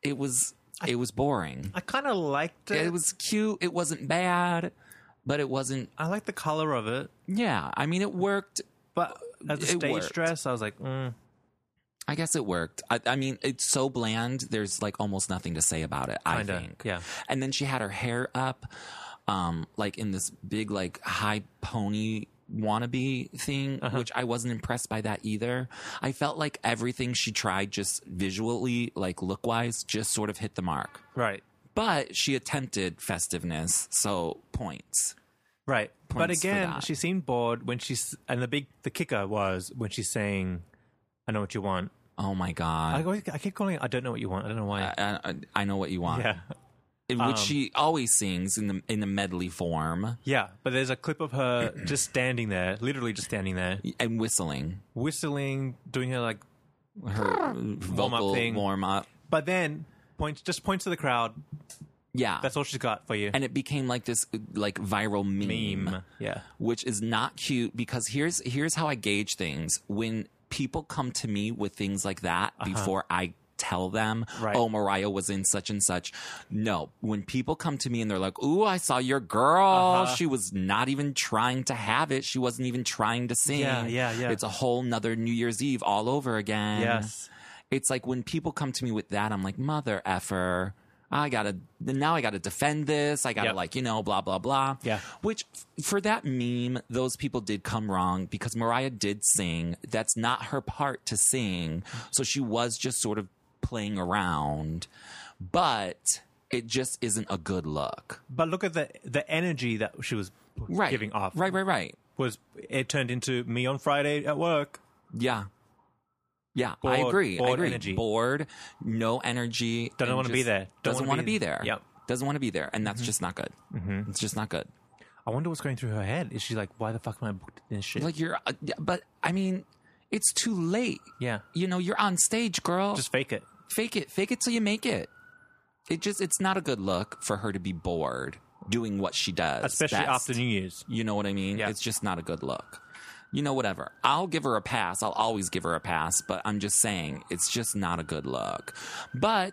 [SPEAKER 1] It was it was boring.
[SPEAKER 2] I kind of liked it.
[SPEAKER 1] It was cute. It wasn't bad, but it wasn't.
[SPEAKER 2] I like the color of it,
[SPEAKER 1] Yeah, I mean, it worked.
[SPEAKER 2] but as a
[SPEAKER 1] It
[SPEAKER 2] stage
[SPEAKER 1] worked.
[SPEAKER 2] dress, I was like, mm,
[SPEAKER 1] I guess it worked. I, I mean, it's so bland. There's like almost nothing to say about it. I
[SPEAKER 2] Kinda,
[SPEAKER 1] think.
[SPEAKER 2] yeah.
[SPEAKER 1] And then she had her hair up, um, like in this big like high pony wannabe thing,
[SPEAKER 2] Uh-huh.
[SPEAKER 1] which I wasn't impressed by that either. I felt like everything she tried, just visually, like look wise, just sort of hit the mark.
[SPEAKER 2] right,
[SPEAKER 1] But she attempted festiveness, so points.
[SPEAKER 2] right. But
[SPEAKER 1] Points for
[SPEAKER 2] again,
[SPEAKER 1] that.
[SPEAKER 2] she seemed bored when she's and the big the kicker was when she's saying, "I know what you want."
[SPEAKER 1] Oh my god.
[SPEAKER 2] I, always, I keep calling it, "I don't know what you want." I don't know why.
[SPEAKER 1] I, I, I know what you want,
[SPEAKER 2] yeah, um,
[SPEAKER 1] which she always sings in the in the medley form.
[SPEAKER 2] yeah. But there's a clip of her just standing there, literally just standing there,
[SPEAKER 1] and whistling
[SPEAKER 2] whistling, doing her like.
[SPEAKER 1] her vocal
[SPEAKER 2] thing.
[SPEAKER 1] warm up.
[SPEAKER 2] But then points just points to the crowd.
[SPEAKER 1] Yeah,
[SPEAKER 2] That's all she's got for you.
[SPEAKER 1] and it became like this uh, like viral meme,
[SPEAKER 2] meme. Yeah.
[SPEAKER 1] which is not cute because here's here's how I gauge things when people come to me with things like that before I tell them
[SPEAKER 2] Uh-huh. Right.
[SPEAKER 1] oh mariah was in such and such no when people come to me and they're like ooh i saw your girl
[SPEAKER 2] Uh-huh.
[SPEAKER 1] she was not even trying to have it she wasn't even trying to sing
[SPEAKER 2] Yeah, yeah, yeah.
[SPEAKER 1] it's a whole nother new year's eve all over again
[SPEAKER 2] Yes.
[SPEAKER 1] it's like when people come to me with that, I'm like, mother effer. I gotta now. I gotta defend this. I gotta
[SPEAKER 2] Yep.
[SPEAKER 1] like you know blah blah blah.
[SPEAKER 2] Yeah.
[SPEAKER 1] Which f- for that meme, those people did come wrong because Mariah did sing. That's not her part to sing. So she was just sort of playing around, but it just isn't a good look.
[SPEAKER 2] But look at the the energy that she was
[SPEAKER 1] Right.
[SPEAKER 2] giving off.
[SPEAKER 1] Right. Right. Right.
[SPEAKER 2] Was it turned into me on Friday at work?
[SPEAKER 1] Yeah. Yeah, I
[SPEAKER 2] Bored-
[SPEAKER 1] agree. I
[SPEAKER 2] bored
[SPEAKER 1] agree.
[SPEAKER 2] energy.
[SPEAKER 1] Bored, no energy.
[SPEAKER 2] Doesn't
[SPEAKER 1] and
[SPEAKER 2] wanna be
[SPEAKER 1] just
[SPEAKER 2] there. Don't
[SPEAKER 1] doesn't
[SPEAKER 2] wanna
[SPEAKER 1] want to
[SPEAKER 2] be-
[SPEAKER 1] be there.
[SPEAKER 2] Yep. Mm-hmm.
[SPEAKER 1] Doesn't want to be there, and that's just not good. It's just not good.
[SPEAKER 2] I wonder what's going through her head. Is she like, why the fuck am I booked in this shit?
[SPEAKER 1] Like you're, uh, yeah, but I mean, it's too late.
[SPEAKER 2] yeah,
[SPEAKER 1] You know, you're on stage, girl.
[SPEAKER 2] just fake it.
[SPEAKER 1] fake it. Fake it till you make it. It just, it's not a good look for her to be bored doing what she does,
[SPEAKER 2] Especially
[SPEAKER 1] best.
[SPEAKER 2] after New Year's.
[SPEAKER 1] You know what I mean?
[SPEAKER 2] Yeah.
[SPEAKER 1] It's just not a good look. You know, whatever. I'll give her a pass. I'll always give her a pass, but I'm just saying it's just not a good look. But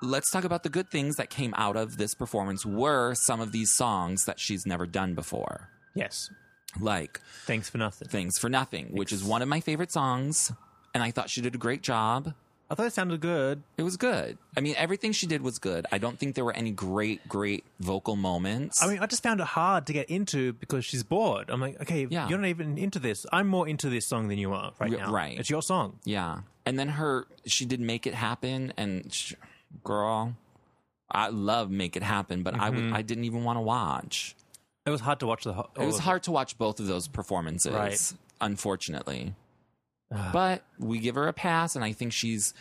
[SPEAKER 1] let's talk about the good things that came out of this performance were some of these songs that she's never done before.
[SPEAKER 2] Yes.
[SPEAKER 1] Like
[SPEAKER 2] Thanks for nothing.
[SPEAKER 1] Things for Nothing, which is one of my favorite songs. And I thought she did a great job.
[SPEAKER 2] I thought it sounded good.
[SPEAKER 1] It was good. I mean, everything she did was good. I don't think there were any great, great vocal moments.
[SPEAKER 2] I mean, I just found it hard to get into because she's bored. I'm like, okay,
[SPEAKER 1] Yeah.
[SPEAKER 2] you're not even into this. I'm more into this song than you are right
[SPEAKER 1] Y-
[SPEAKER 2] now.
[SPEAKER 1] right.
[SPEAKER 2] It's your song.
[SPEAKER 1] Yeah. And then her, she did Make It Happen, and sh girl, I love Make It Happen, but I w-
[SPEAKER 2] Mm-hmm.
[SPEAKER 1] I didn't even want to watch.
[SPEAKER 2] It was hard to watch the. Ho-
[SPEAKER 1] It was hard to watch both of those performances,
[SPEAKER 2] Oh. Right.
[SPEAKER 1] unfortunately. but we give her a pass, and I think she's,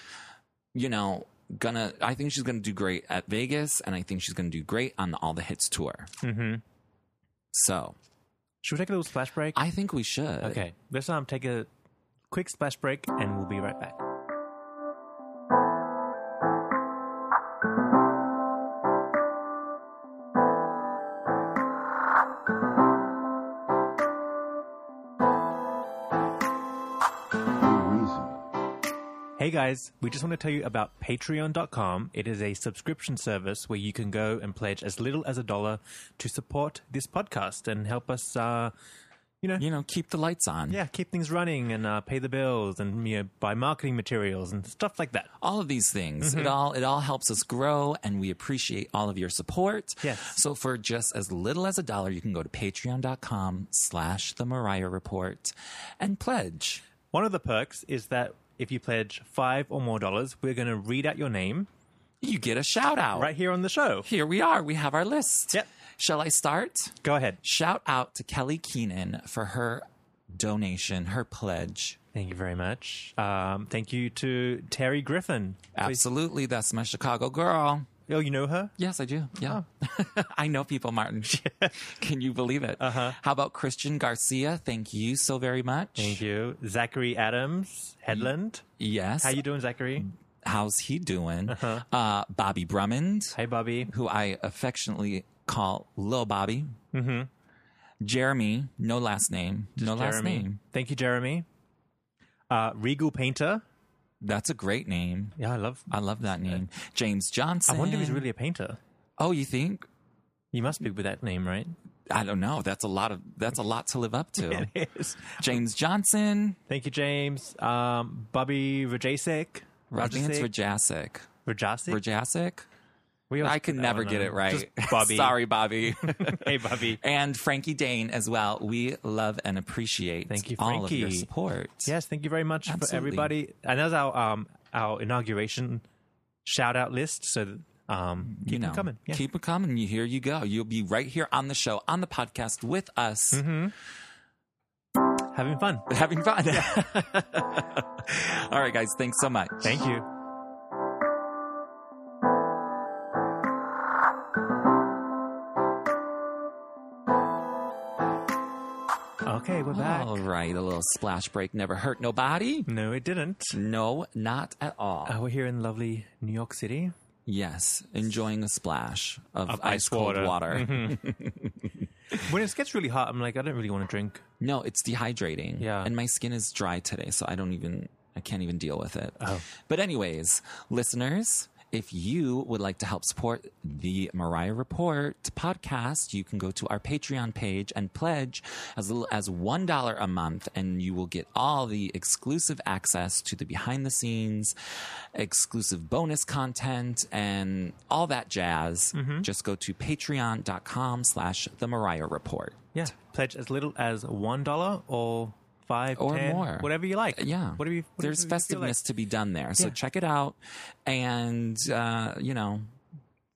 [SPEAKER 1] you know, gonna, I think she's gonna do great at Vegas, and I think she's gonna do great on the All the Hits tour. Mm-hmm. So
[SPEAKER 2] Should we take a little splash break?
[SPEAKER 1] I think we should.
[SPEAKER 2] okay. Let's um take a quick splash break, and we'll be right back. Hey guys, we just want to tell you about patreon.com. It is a subscription service where you can go and pledge as little as a dollar to support this podcast and help us uh you know,
[SPEAKER 1] You know, keep the lights on.
[SPEAKER 2] yeah, keep things running and uh, pay the bills and you know, buy marketing materials and stuff like that.
[SPEAKER 1] all of these things
[SPEAKER 2] Mm-hmm.
[SPEAKER 1] it all it all helps us grow and we appreciate all of your support
[SPEAKER 2] Yes.
[SPEAKER 1] so for just as little as a dollar you can go to patreon.com slash the mariah report and pledge
[SPEAKER 2] One of the perks is that if you pledge five or more dollars, we're going to read out your name
[SPEAKER 1] you get a shout out
[SPEAKER 2] right here on the show.
[SPEAKER 1] here we are we have our list
[SPEAKER 2] Yep.
[SPEAKER 1] shall i start
[SPEAKER 2] Go ahead.
[SPEAKER 1] shout out to kelly keenan for her donation her pledge
[SPEAKER 2] Thank you very much. Um, thank you to Terry Griffin.
[SPEAKER 1] absolutely that's my chicago girl
[SPEAKER 2] Oh, you know her?
[SPEAKER 1] Yes, I do. Yeah. I know people, Martin. Can you believe it? Uh-huh. How about Christian Garcia? Thank you so very much.
[SPEAKER 2] Thank you. Zachary Adams Headland.
[SPEAKER 1] Yes.
[SPEAKER 2] How you doing, Zachary?
[SPEAKER 1] Mm. How's he doing? uh Bobby Brummond,
[SPEAKER 2] Hey, Bobby.
[SPEAKER 1] who I affectionately call Lil Bobby. Mm-hmm. Jeremy, no last name. no last
[SPEAKER 2] Jeremy.
[SPEAKER 1] name.
[SPEAKER 2] Thank you, Jeremy. Uh, Regal Painter.
[SPEAKER 1] That's a great name.
[SPEAKER 2] Yeah, I love.
[SPEAKER 1] I love that name. James Johnson.
[SPEAKER 2] I wonder if he's really a painter.
[SPEAKER 1] Oh, you think?
[SPEAKER 2] You must be with that name, right?
[SPEAKER 1] I don't know. That's a lot of that's a lot to live up to.
[SPEAKER 2] Yes.
[SPEAKER 1] James Johnson,
[SPEAKER 2] Thank you, James. Um, Bobby Rajasek.
[SPEAKER 1] Rajance Rajasic.
[SPEAKER 2] Rajasek.
[SPEAKER 1] Rajasic?
[SPEAKER 2] We always
[SPEAKER 1] I could
[SPEAKER 2] put that
[SPEAKER 1] never
[SPEAKER 2] one
[SPEAKER 1] get
[SPEAKER 2] on.
[SPEAKER 1] it right.
[SPEAKER 2] Just Bobby.
[SPEAKER 1] Sorry, Bobby.
[SPEAKER 2] Hey, Bobby.
[SPEAKER 1] and Frankie Dane as well. We love and appreciate
[SPEAKER 2] Thank you,
[SPEAKER 1] all of your
[SPEAKER 2] Frankie.
[SPEAKER 1] support.
[SPEAKER 2] Yes, thank you very much for
[SPEAKER 1] Absolutely.
[SPEAKER 2] everybody. And that's our um our inauguration shout out list. So um keep
[SPEAKER 1] you know,
[SPEAKER 2] them coming. Yeah.
[SPEAKER 1] keep it coming. You here you go. You'll be right here on the show, on the podcast with us,
[SPEAKER 2] Mm-hmm. having fun.
[SPEAKER 1] having fun. all right, guys. Thanks so much.
[SPEAKER 2] Thank you. Okay, we're back.
[SPEAKER 1] All right, a little splash break never hurt nobody.
[SPEAKER 2] No, it didn't.
[SPEAKER 1] No, not at all.
[SPEAKER 2] Uh, we're here in lovely New York City.
[SPEAKER 1] Yes, enjoying a splash of,
[SPEAKER 2] Of
[SPEAKER 1] ice
[SPEAKER 2] ice
[SPEAKER 1] cold water.
[SPEAKER 2] water. Mm-hmm. When it gets really hot, I'm like, I don't really want to drink.
[SPEAKER 1] No, it's dehydrating.
[SPEAKER 2] Yeah.
[SPEAKER 1] And my skin is dry today, so I don't even, I can't even deal with it. But, anyways, listeners, if you would like to help support the Mariah Report podcast, you can go to our Patreon page and pledge as little as $1 a month, and you will get all the exclusive access to the behind the scenes, exclusive bonus content, and all that jazz. Just go to patreon.com slash the Mariah Report.
[SPEAKER 2] Yeah, pledge as little as one dollar or five
[SPEAKER 1] Or
[SPEAKER 2] 10,
[SPEAKER 1] more.
[SPEAKER 2] whatever you like.
[SPEAKER 1] Yeah.
[SPEAKER 2] whatever you. Whatever
[SPEAKER 1] There's
[SPEAKER 2] you feel like.
[SPEAKER 1] festiveness to be done there. So
[SPEAKER 2] Yeah.
[SPEAKER 1] check it out and, uh, you know,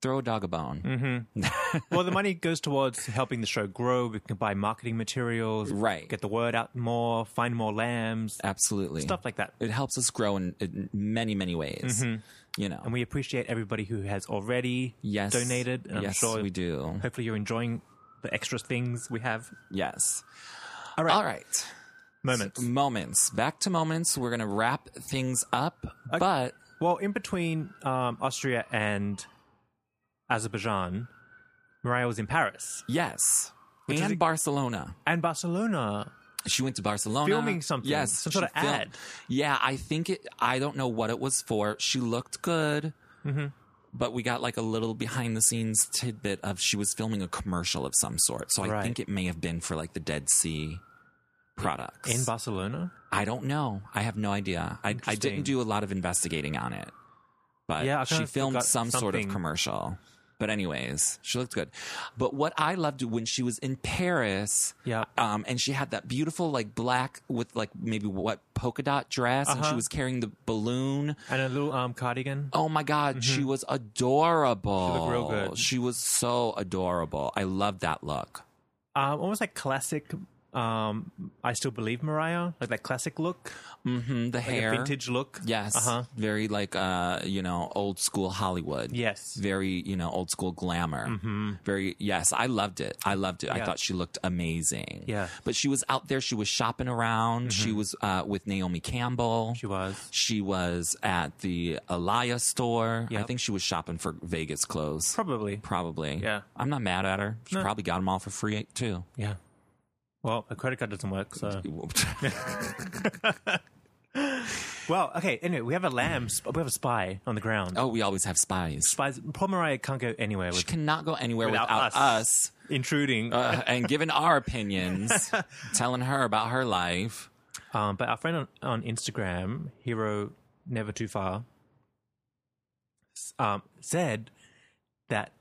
[SPEAKER 1] throw a dog a bone.
[SPEAKER 2] Mm. well, the money goes towards helping the show grow. We can buy marketing materials,
[SPEAKER 1] Right.
[SPEAKER 2] Get the word out more, find more lambs,
[SPEAKER 1] Absolutely.
[SPEAKER 2] stuff like that. Mm-hmm.
[SPEAKER 1] it helps us grow in, in many, many ways. You know,
[SPEAKER 2] And we appreciate everybody who has already
[SPEAKER 1] yes.
[SPEAKER 2] donated. And
[SPEAKER 1] yes,
[SPEAKER 2] I'm sure
[SPEAKER 1] we do.
[SPEAKER 2] Hopefully, you're enjoying the extra things we have.
[SPEAKER 1] Yes.
[SPEAKER 2] All right,
[SPEAKER 1] All right.
[SPEAKER 2] moments.
[SPEAKER 1] Moments. Back to moments. We're going to wrap things up, but
[SPEAKER 2] Well, in between um, Austria and Azerbaijan, Mariah was in Paris
[SPEAKER 1] yes.
[SPEAKER 2] is
[SPEAKER 1] and
[SPEAKER 2] a-
[SPEAKER 1] Barcelona.
[SPEAKER 2] and Barcelona.
[SPEAKER 1] She went to Barcelona.
[SPEAKER 2] Filming something,
[SPEAKER 1] Yes.
[SPEAKER 2] some
[SPEAKER 1] she
[SPEAKER 2] sort of
[SPEAKER 1] filmed-
[SPEAKER 2] ad.
[SPEAKER 1] Yeah, I think it, I don't know what it was for. She looked good.
[SPEAKER 2] Mm-hmm.
[SPEAKER 1] But we got like a little behind the scenes tidbit of she was filming a commercial of some sort. So I
[SPEAKER 2] Right.
[SPEAKER 1] think it may have been for like the Dead Sea products.
[SPEAKER 2] In Barcelona?
[SPEAKER 1] I don't know. I have no idea. I, I
[SPEAKER 2] Interesting.
[SPEAKER 1] didn't do a lot of investigating on it. But
[SPEAKER 2] Yeah, I
[SPEAKER 1] she
[SPEAKER 2] kinda
[SPEAKER 1] filmed
[SPEAKER 2] forgot
[SPEAKER 1] some sort of
[SPEAKER 2] something.
[SPEAKER 1] commercial. But anyways, she looked good. But what I loved when she was in Paris,
[SPEAKER 2] Yeah.
[SPEAKER 1] um, and she had that beautiful like black with like maybe what polka dot dress, and
[SPEAKER 2] Uh-huh.
[SPEAKER 1] she was carrying the balloon.
[SPEAKER 2] And a little um, cardigan.
[SPEAKER 1] Oh my God, she was adorable.
[SPEAKER 2] Mm-hmm. She looked real good.
[SPEAKER 1] She was so adorable. I love that look.
[SPEAKER 2] Um, almost like classic um, I Still Believe Mariah, like that classic look,
[SPEAKER 1] hmm the
[SPEAKER 2] like a
[SPEAKER 1] hair,
[SPEAKER 2] vintage look.
[SPEAKER 1] Yes.
[SPEAKER 2] Uh-huh.
[SPEAKER 1] Very like uh, you know, old school Hollywood.
[SPEAKER 2] Yes.
[SPEAKER 1] Very, you know, old school glamour. Mm-hmm. Very yes, I loved it. I loved it. I
[SPEAKER 2] Yeah.
[SPEAKER 1] thought she looked amazing.
[SPEAKER 2] Yeah. Mm-hmm.
[SPEAKER 1] But she was out there, she was shopping around. She was uh, with Naomi Campbell.
[SPEAKER 2] She was.
[SPEAKER 1] She was at the Alaya store. I
[SPEAKER 2] Yep.
[SPEAKER 1] think she was shopping for Vegas clothes.
[SPEAKER 2] Probably.
[SPEAKER 1] Probably.
[SPEAKER 2] Yeah.
[SPEAKER 1] I'm not mad at her. She probably got them all for free too.
[SPEAKER 2] Yeah. Well, a credit card doesn't work, so. Well, okay, anyway, we have a lamb, sp- we have a spy on the ground.
[SPEAKER 1] oh, we always have spies.
[SPEAKER 2] Spies, poor Mariah can't go anywhere
[SPEAKER 1] She
[SPEAKER 2] with
[SPEAKER 1] cannot go anywhere without,
[SPEAKER 2] Without us.
[SPEAKER 1] us.
[SPEAKER 2] intruding.
[SPEAKER 1] uh, and giving our opinions, telling her about her life.
[SPEAKER 2] Um, but our friend on, on Instagram, Hero Never Too Far, s- um, said that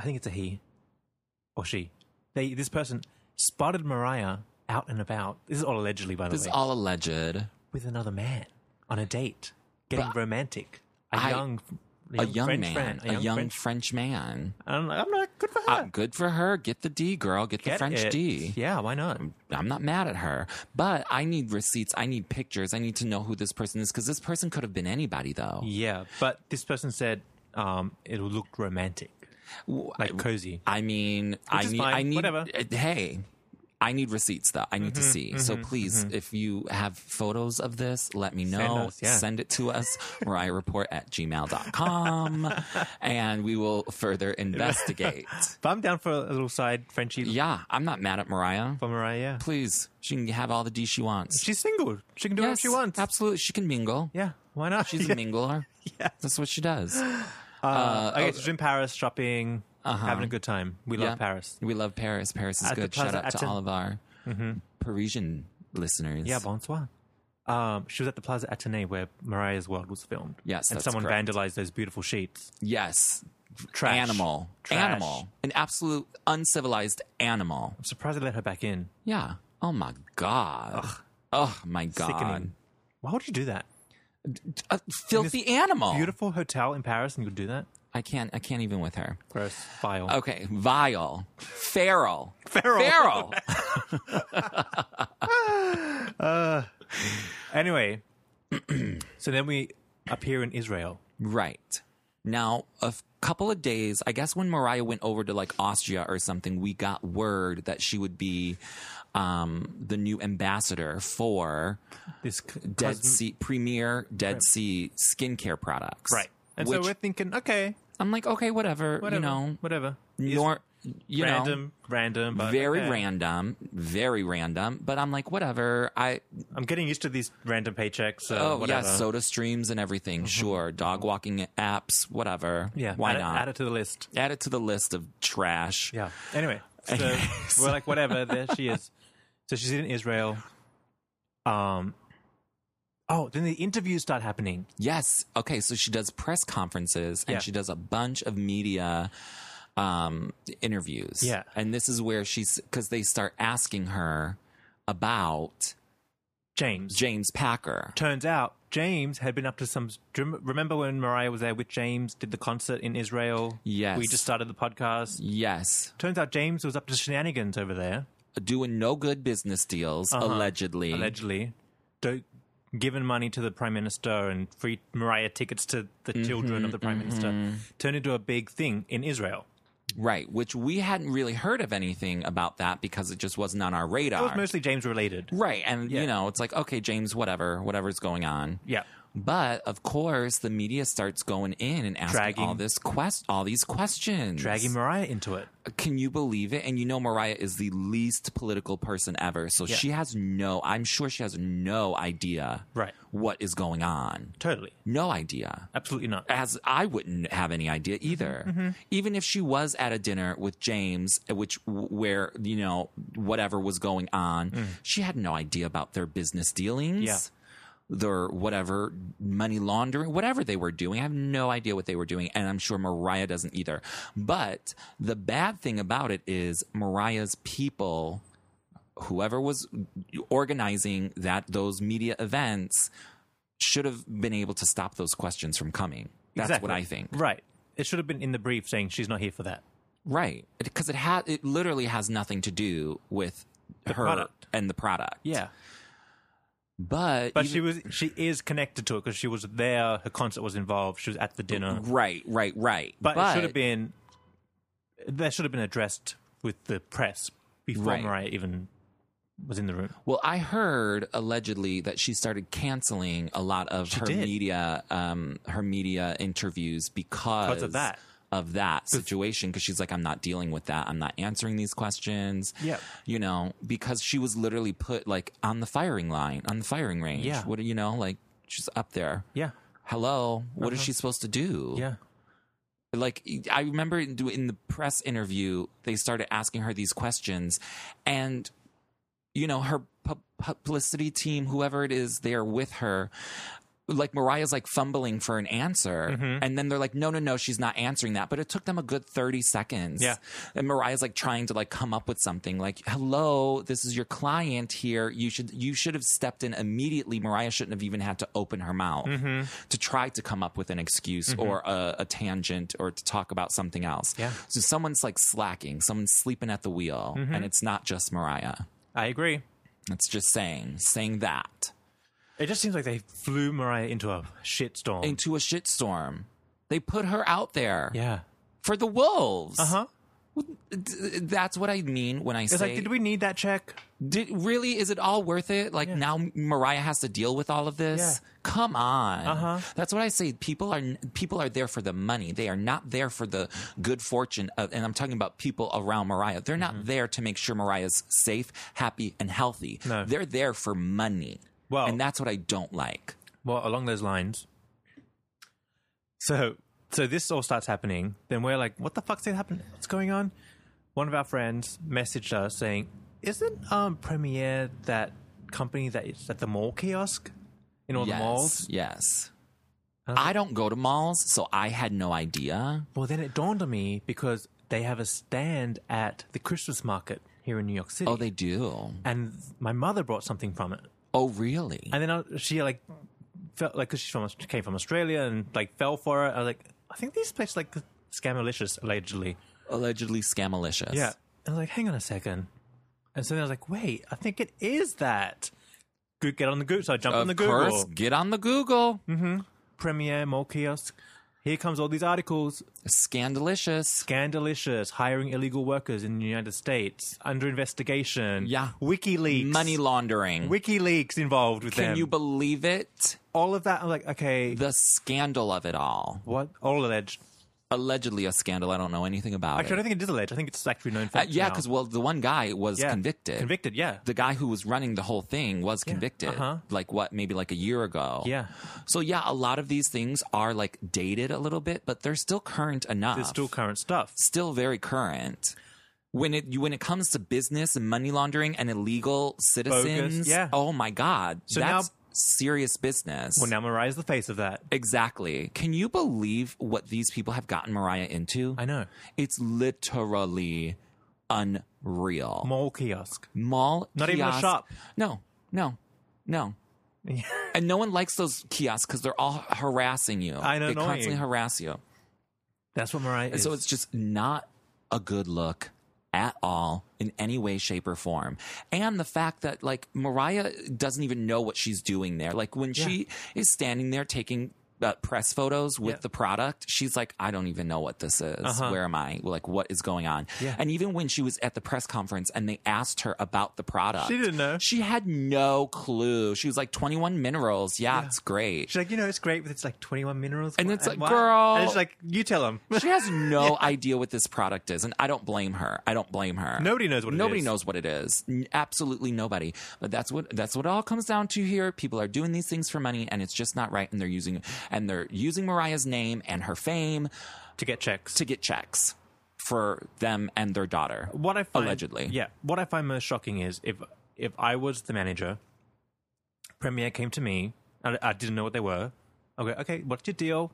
[SPEAKER 2] I think it's a he or she. They this person spotted Mariah out and about. This is all allegedly, by the
[SPEAKER 1] This is
[SPEAKER 2] way,
[SPEAKER 1] all alleged.
[SPEAKER 2] with another man on a date, getting romantic. A
[SPEAKER 1] I-
[SPEAKER 2] young,
[SPEAKER 1] A young
[SPEAKER 2] French
[SPEAKER 1] man,
[SPEAKER 2] friend,
[SPEAKER 1] a young, French,
[SPEAKER 2] French.
[SPEAKER 1] man.
[SPEAKER 2] I'm like, I'm not good for her.
[SPEAKER 1] Uh, good for her. Get the D, girl. Get, the
[SPEAKER 2] Get
[SPEAKER 1] French
[SPEAKER 2] it.
[SPEAKER 1] D.
[SPEAKER 2] Yeah, why not?
[SPEAKER 1] I'm not mad at her, but I need receipts. I need pictures. I need to know who this person is because this person could have been anybody, though.
[SPEAKER 2] Yeah, but this person said um, it looked romantic,
[SPEAKER 1] W-
[SPEAKER 2] like cozy.
[SPEAKER 1] I mean, I
[SPEAKER 2] is
[SPEAKER 1] need,
[SPEAKER 2] fine.
[SPEAKER 1] I need,
[SPEAKER 2] Whatever. Mm-hmm,
[SPEAKER 1] uh, hey, I need receipts though. I need to see. so please, if you have photos of this, let me know.
[SPEAKER 2] us, yeah.
[SPEAKER 1] Send it to us, report at gmail.com, and we will further investigate.
[SPEAKER 2] But I'm down for a little side Frenchie
[SPEAKER 1] yeah, I'm not mad at Mariah.
[SPEAKER 2] for Mariah. Yeah.
[SPEAKER 1] Please, she can have all the D she wants.
[SPEAKER 2] She's single. She can do what she wants.
[SPEAKER 1] Absolutely. She can mingle.
[SPEAKER 2] Yeah. Why not?
[SPEAKER 1] She's
[SPEAKER 2] yeah.
[SPEAKER 1] a mingler.
[SPEAKER 2] Yeah.
[SPEAKER 1] That's what she does.
[SPEAKER 2] Uh, okay, so she's in Paris shopping, having a good time. We
[SPEAKER 1] Uh-huh. Yeah.
[SPEAKER 2] love Paris.
[SPEAKER 1] We love Paris. Paris is
[SPEAKER 2] At the
[SPEAKER 1] good. Shout
[SPEAKER 2] Plaza
[SPEAKER 1] out to
[SPEAKER 2] Aten-
[SPEAKER 1] all of our Parisian listeners.
[SPEAKER 2] Yeah, bonsoir. Um, she was at the Plaza Athénée where Mariah's World was filmed.
[SPEAKER 1] Yes,
[SPEAKER 2] and
[SPEAKER 1] that's
[SPEAKER 2] someone
[SPEAKER 1] correct.
[SPEAKER 2] vandalized those beautiful sheets.
[SPEAKER 1] Yes.
[SPEAKER 2] Trash.
[SPEAKER 1] Animal.
[SPEAKER 2] Trash.
[SPEAKER 1] Animal. An absolute uncivilized animal.
[SPEAKER 2] I'm surprised they let her back in.
[SPEAKER 1] Yeah. Oh my God. Oh my God.
[SPEAKER 2] Sickening. Why would you do that?
[SPEAKER 1] A filthy animal.
[SPEAKER 2] Beautiful hotel in Paris, and you would do that?
[SPEAKER 1] I can't. I can't even with her.
[SPEAKER 2] Gross. Vile.
[SPEAKER 1] Okay. Vile. Feral.
[SPEAKER 2] Feral.
[SPEAKER 1] Feral.
[SPEAKER 2] Anyway, so then we appear in Israel.
[SPEAKER 1] Right. Now, a f- couple of days, I guess when Mariah went over to like Austria or something, we got word that she would be um, the new ambassador for
[SPEAKER 2] This c-
[SPEAKER 1] Dead
[SPEAKER 2] cosm-
[SPEAKER 1] Sea, premier Dead Sea skincare products.
[SPEAKER 2] right? And
[SPEAKER 1] which
[SPEAKER 2] so we're thinking, okay,
[SPEAKER 1] I'm like, okay, whatever,
[SPEAKER 2] whatever,
[SPEAKER 1] you know,
[SPEAKER 2] whatever,
[SPEAKER 1] nor, you
[SPEAKER 2] random, random,
[SPEAKER 1] know,
[SPEAKER 2] but
[SPEAKER 1] very
[SPEAKER 2] okay.
[SPEAKER 1] random, very random, but I'm like, whatever. I,
[SPEAKER 2] I'm getting used to these random paychecks. So
[SPEAKER 1] oh, yeah,
[SPEAKER 2] whatever. Mm-hmm.
[SPEAKER 1] soda streams and everything. Sure. Dog walking apps, whatever.
[SPEAKER 2] yeah,
[SPEAKER 1] Why
[SPEAKER 2] add, it-
[SPEAKER 1] not?
[SPEAKER 2] add it to the list?
[SPEAKER 1] add it to the list of trash.
[SPEAKER 2] Yeah. Anyway, so we're like, whatever. There she is. So she's in Israel. Um. Oh, then the interviews start happening.
[SPEAKER 1] Yes. Okay. So she does press conferences and
[SPEAKER 2] Yeah.
[SPEAKER 1] she does a bunch of media um, interviews.
[SPEAKER 2] Yeah.
[SPEAKER 1] And this is where she's because they start asking her about
[SPEAKER 2] James.
[SPEAKER 1] James Packer.
[SPEAKER 2] Turns out James had been up to some. Do you rem- remember when Mariah was there with James? Did the concert in Israel?
[SPEAKER 1] Yes.
[SPEAKER 2] We just started the podcast.
[SPEAKER 1] Yes.
[SPEAKER 2] Turns out James was up to shenanigans over there,
[SPEAKER 1] Doing no good business deals,
[SPEAKER 2] Uh-huh.
[SPEAKER 1] allegedly.
[SPEAKER 2] allegedly. Do- given money to the prime minister and free Mariah tickets to the
[SPEAKER 1] Mm-hmm,
[SPEAKER 2] children of the prime minister. Turned into a big thing in Israel.
[SPEAKER 1] Right. Which we hadn't really heard of anything about that because it just wasn't on our radar.
[SPEAKER 2] It was mostly James related.
[SPEAKER 1] right. And,
[SPEAKER 2] Yeah.
[SPEAKER 1] you know, it's like, okay, James, whatever, whatever's going on.
[SPEAKER 2] Yeah.
[SPEAKER 1] But of course, the media starts going in and asking
[SPEAKER 2] Dragging-
[SPEAKER 1] all this quest, all these questions.
[SPEAKER 2] Dragging Mariah into it.
[SPEAKER 1] Can you believe it? And you know, Mariah is the least political person ever, so she has no. I'm sure she has no idea
[SPEAKER 2] Right.
[SPEAKER 1] what is going on.
[SPEAKER 2] Totally.
[SPEAKER 1] No idea.
[SPEAKER 2] Absolutely not.
[SPEAKER 1] As I wouldn't have any idea either, even if she was at a dinner with James, which where you know whatever was going on, she had no idea about their business dealings
[SPEAKER 2] Yeah.
[SPEAKER 1] their whatever money laundering, whatever they were doing. I have no idea what they were doing, and I'm sure Mariah doesn't either. But the bad thing about it is Mariah's people, whoever was organizing that those media events, should have been able to stop those questions from coming. That's
[SPEAKER 2] Exactly.
[SPEAKER 1] what I think.
[SPEAKER 2] Right. It should have been in the brief saying she's not here for that.
[SPEAKER 1] Right. Because it, ha- it literally has nothing to do with her
[SPEAKER 2] product.
[SPEAKER 1] and the product. But,
[SPEAKER 2] But
[SPEAKER 1] even-
[SPEAKER 2] she was she is connected to it because she was there. Her concert was involved. She was at the dinner.
[SPEAKER 1] right, right, right.
[SPEAKER 2] But, it should have been that should have been addressed with the press before
[SPEAKER 1] Right.
[SPEAKER 2] Mariah even was in the room.
[SPEAKER 1] Well, I heard allegedly that she started canceling a lot of her
[SPEAKER 2] did.
[SPEAKER 1] media, um, her media interviews because,
[SPEAKER 2] of that.
[SPEAKER 1] of that situation. Because she's like, I'm not dealing with that. I'm not answering these questions.
[SPEAKER 2] Yep.
[SPEAKER 1] you know, because she was literally put like on the firing line, on the firing range.
[SPEAKER 2] Yeah.
[SPEAKER 1] what do you know, like she's up there.
[SPEAKER 2] Yeah.
[SPEAKER 1] Hello, what is she supposed to do?
[SPEAKER 2] Uh-huh. Yeah.
[SPEAKER 1] like I remember in do- in the press interview, they started asking her these questions, and you know her pu- publicity team, whoever it is, they're with her. Like Mariah's like fumbling for an answer,
[SPEAKER 2] Mm-hmm.
[SPEAKER 1] and then they're like, "No, no, no, she's not answering that." But it took them a good thirty seconds.
[SPEAKER 2] Yeah.
[SPEAKER 1] and Mariah's like trying to like come up with something. Like, "Hello, this is your client here. You should you should have stepped in immediately." Mariah shouldn't have even had to open her mouth
[SPEAKER 2] Mm-hmm.
[SPEAKER 1] to try to come up with an excuse or a, a tangent or to talk about something else.
[SPEAKER 2] Yeah.
[SPEAKER 1] so someone's like slacking, someone's sleeping at the wheel,
[SPEAKER 2] Mm-hmm.
[SPEAKER 1] and it's not just Mariah.
[SPEAKER 2] I agree.
[SPEAKER 1] It's just saying, saying that
[SPEAKER 2] It just seems like they flew Mariah into a shitstorm.
[SPEAKER 1] into a shitstorm. They put her out there
[SPEAKER 2] yeah.
[SPEAKER 1] for the wolves.
[SPEAKER 2] Uh huh.
[SPEAKER 1] D- That's what I mean when I
[SPEAKER 2] It's
[SPEAKER 1] say.
[SPEAKER 2] like, did we need that check?
[SPEAKER 1] Did, really, is it all worth it? Like now, Mariah has to deal with all of this.
[SPEAKER 2] Yeah. Uh-huh.
[SPEAKER 1] Come on, that's what I say. People are people are there for the money. They are not there for the good fortune. Of, and I'm talking about people around Mariah. They're
[SPEAKER 2] Mm-hmm.
[SPEAKER 1] not there to make sure Mariah's safe, happy, and healthy.
[SPEAKER 2] No.
[SPEAKER 1] They're there for money.
[SPEAKER 2] Well-
[SPEAKER 1] and that's what I don't like.
[SPEAKER 2] Well, along those lines. So, so this all starts happening. Then we're like, "What the fuck's happening? What's going on?" One of our friends messaged us saying, "Isn't um Premier that company that is at the mall kiosk in all
[SPEAKER 1] yes,
[SPEAKER 2] the malls?"
[SPEAKER 1] yes. I don't go to malls, so I had no idea.
[SPEAKER 2] Well, then it dawned on me because they have a stand at the Christmas market here in New York City.
[SPEAKER 1] Oh, they do.
[SPEAKER 2] and my mother brought something from it.
[SPEAKER 1] Oh, really?
[SPEAKER 2] And then I, she like felt like because she's from she came from Australia and like fell for it. I was like, I think these places like scamalicious allegedly.
[SPEAKER 1] Allegedly scamalicious.
[SPEAKER 2] Yeah. And I was like, hang on a second. And so then I was like, wait, I think it is that. Go- Get on the Google. So I jump
[SPEAKER 1] Of
[SPEAKER 2] on the Google.
[SPEAKER 1] course, get on the Google.
[SPEAKER 2] Premiere, mall kiosk. Here comes all these articles.
[SPEAKER 1] Scandalicious.
[SPEAKER 2] Scandalicious, hiring illegal workers in the United States, under investigation.
[SPEAKER 1] Yeah.
[SPEAKER 2] WikiLeaks.
[SPEAKER 1] Money laundering.
[SPEAKER 2] WikiLeaks involved with
[SPEAKER 1] Can
[SPEAKER 2] them.
[SPEAKER 1] you believe it?
[SPEAKER 2] all of that. I'm like, okay,
[SPEAKER 1] The scandal of it all.
[SPEAKER 2] what? All alleged.
[SPEAKER 1] Allegedly a scandal. I don't know anything about
[SPEAKER 2] Actually, I
[SPEAKER 1] it.
[SPEAKER 2] don't think it is alleged. I think it's actually known
[SPEAKER 1] Uh,
[SPEAKER 2] fact.
[SPEAKER 1] yeah,
[SPEAKER 2] now.
[SPEAKER 1] because well, the one guy was
[SPEAKER 2] Yeah.
[SPEAKER 1] convicted.
[SPEAKER 2] Convicted, yeah.
[SPEAKER 1] The guy who was running the whole thing was convicted.
[SPEAKER 2] uh-huh.
[SPEAKER 1] Like what? Maybe like a year ago.
[SPEAKER 2] Yeah.
[SPEAKER 1] So yeah, a lot of these things are like dated a little bit, but they're still current enough.
[SPEAKER 2] There's still current stuff.
[SPEAKER 1] still very current. When it you- when it comes to business and money laundering and illegal citizens,
[SPEAKER 2] yeah.
[SPEAKER 1] oh my god,
[SPEAKER 2] So
[SPEAKER 1] that's
[SPEAKER 2] now-
[SPEAKER 1] serious business.
[SPEAKER 2] Well, now Mariah's the face of that.
[SPEAKER 1] exactly. Can you believe what these people have gotten Mariah into?
[SPEAKER 2] I know.
[SPEAKER 1] It's literally unreal.
[SPEAKER 2] Mall kiosk.
[SPEAKER 1] Mall,
[SPEAKER 2] Not even a
[SPEAKER 1] kiosk-
[SPEAKER 2] shop.
[SPEAKER 1] No, no, no. and no one likes those kiosks because they're all harassing you.
[SPEAKER 2] I know,
[SPEAKER 1] they
[SPEAKER 2] annoying.
[SPEAKER 1] constantly harass you.
[SPEAKER 2] That's what Mariah
[SPEAKER 1] And
[SPEAKER 2] is.
[SPEAKER 1] so it's just not a good look at all in any way, shape, or form. And the fact that like Mariah doesn't even know what she's doing there. Like when she is standing there taking uh, press photos with
[SPEAKER 2] Yeah. Uh-huh.
[SPEAKER 1] the product, she's like, I don't even know what this is. Where am I? Like, what is going on?
[SPEAKER 2] Yeah.
[SPEAKER 1] And even when she was at the press conference and they asked her about the product,
[SPEAKER 2] She didn't know.
[SPEAKER 1] She had no clue. She was like, 21 minerals. Yeah, it's great.
[SPEAKER 2] She's like, you know, it's great, but it's like 21 minerals.
[SPEAKER 1] And
[SPEAKER 2] Wha-
[SPEAKER 1] it's like,
[SPEAKER 2] why?"
[SPEAKER 1] girl.
[SPEAKER 2] And it's like, you tell them.
[SPEAKER 1] She has no idea what this product is, and I don't blame her. I don't blame her.
[SPEAKER 2] Nobody knows what it
[SPEAKER 1] Nobody
[SPEAKER 2] is.
[SPEAKER 1] knows what it is. N- Absolutely nobody. But that's what that's what it all comes down to here. People are doing these things for money, and it's just not right. And they're using and they're using Mariah's name and her fame
[SPEAKER 2] to get checks.
[SPEAKER 1] to get checks for them and their daughter.
[SPEAKER 2] what I find,
[SPEAKER 1] allegedly.
[SPEAKER 2] yeah, what I find most shocking is if if I was the manager, Premier came to me, I, I didn't know what they were. I go, okay, what's your deal?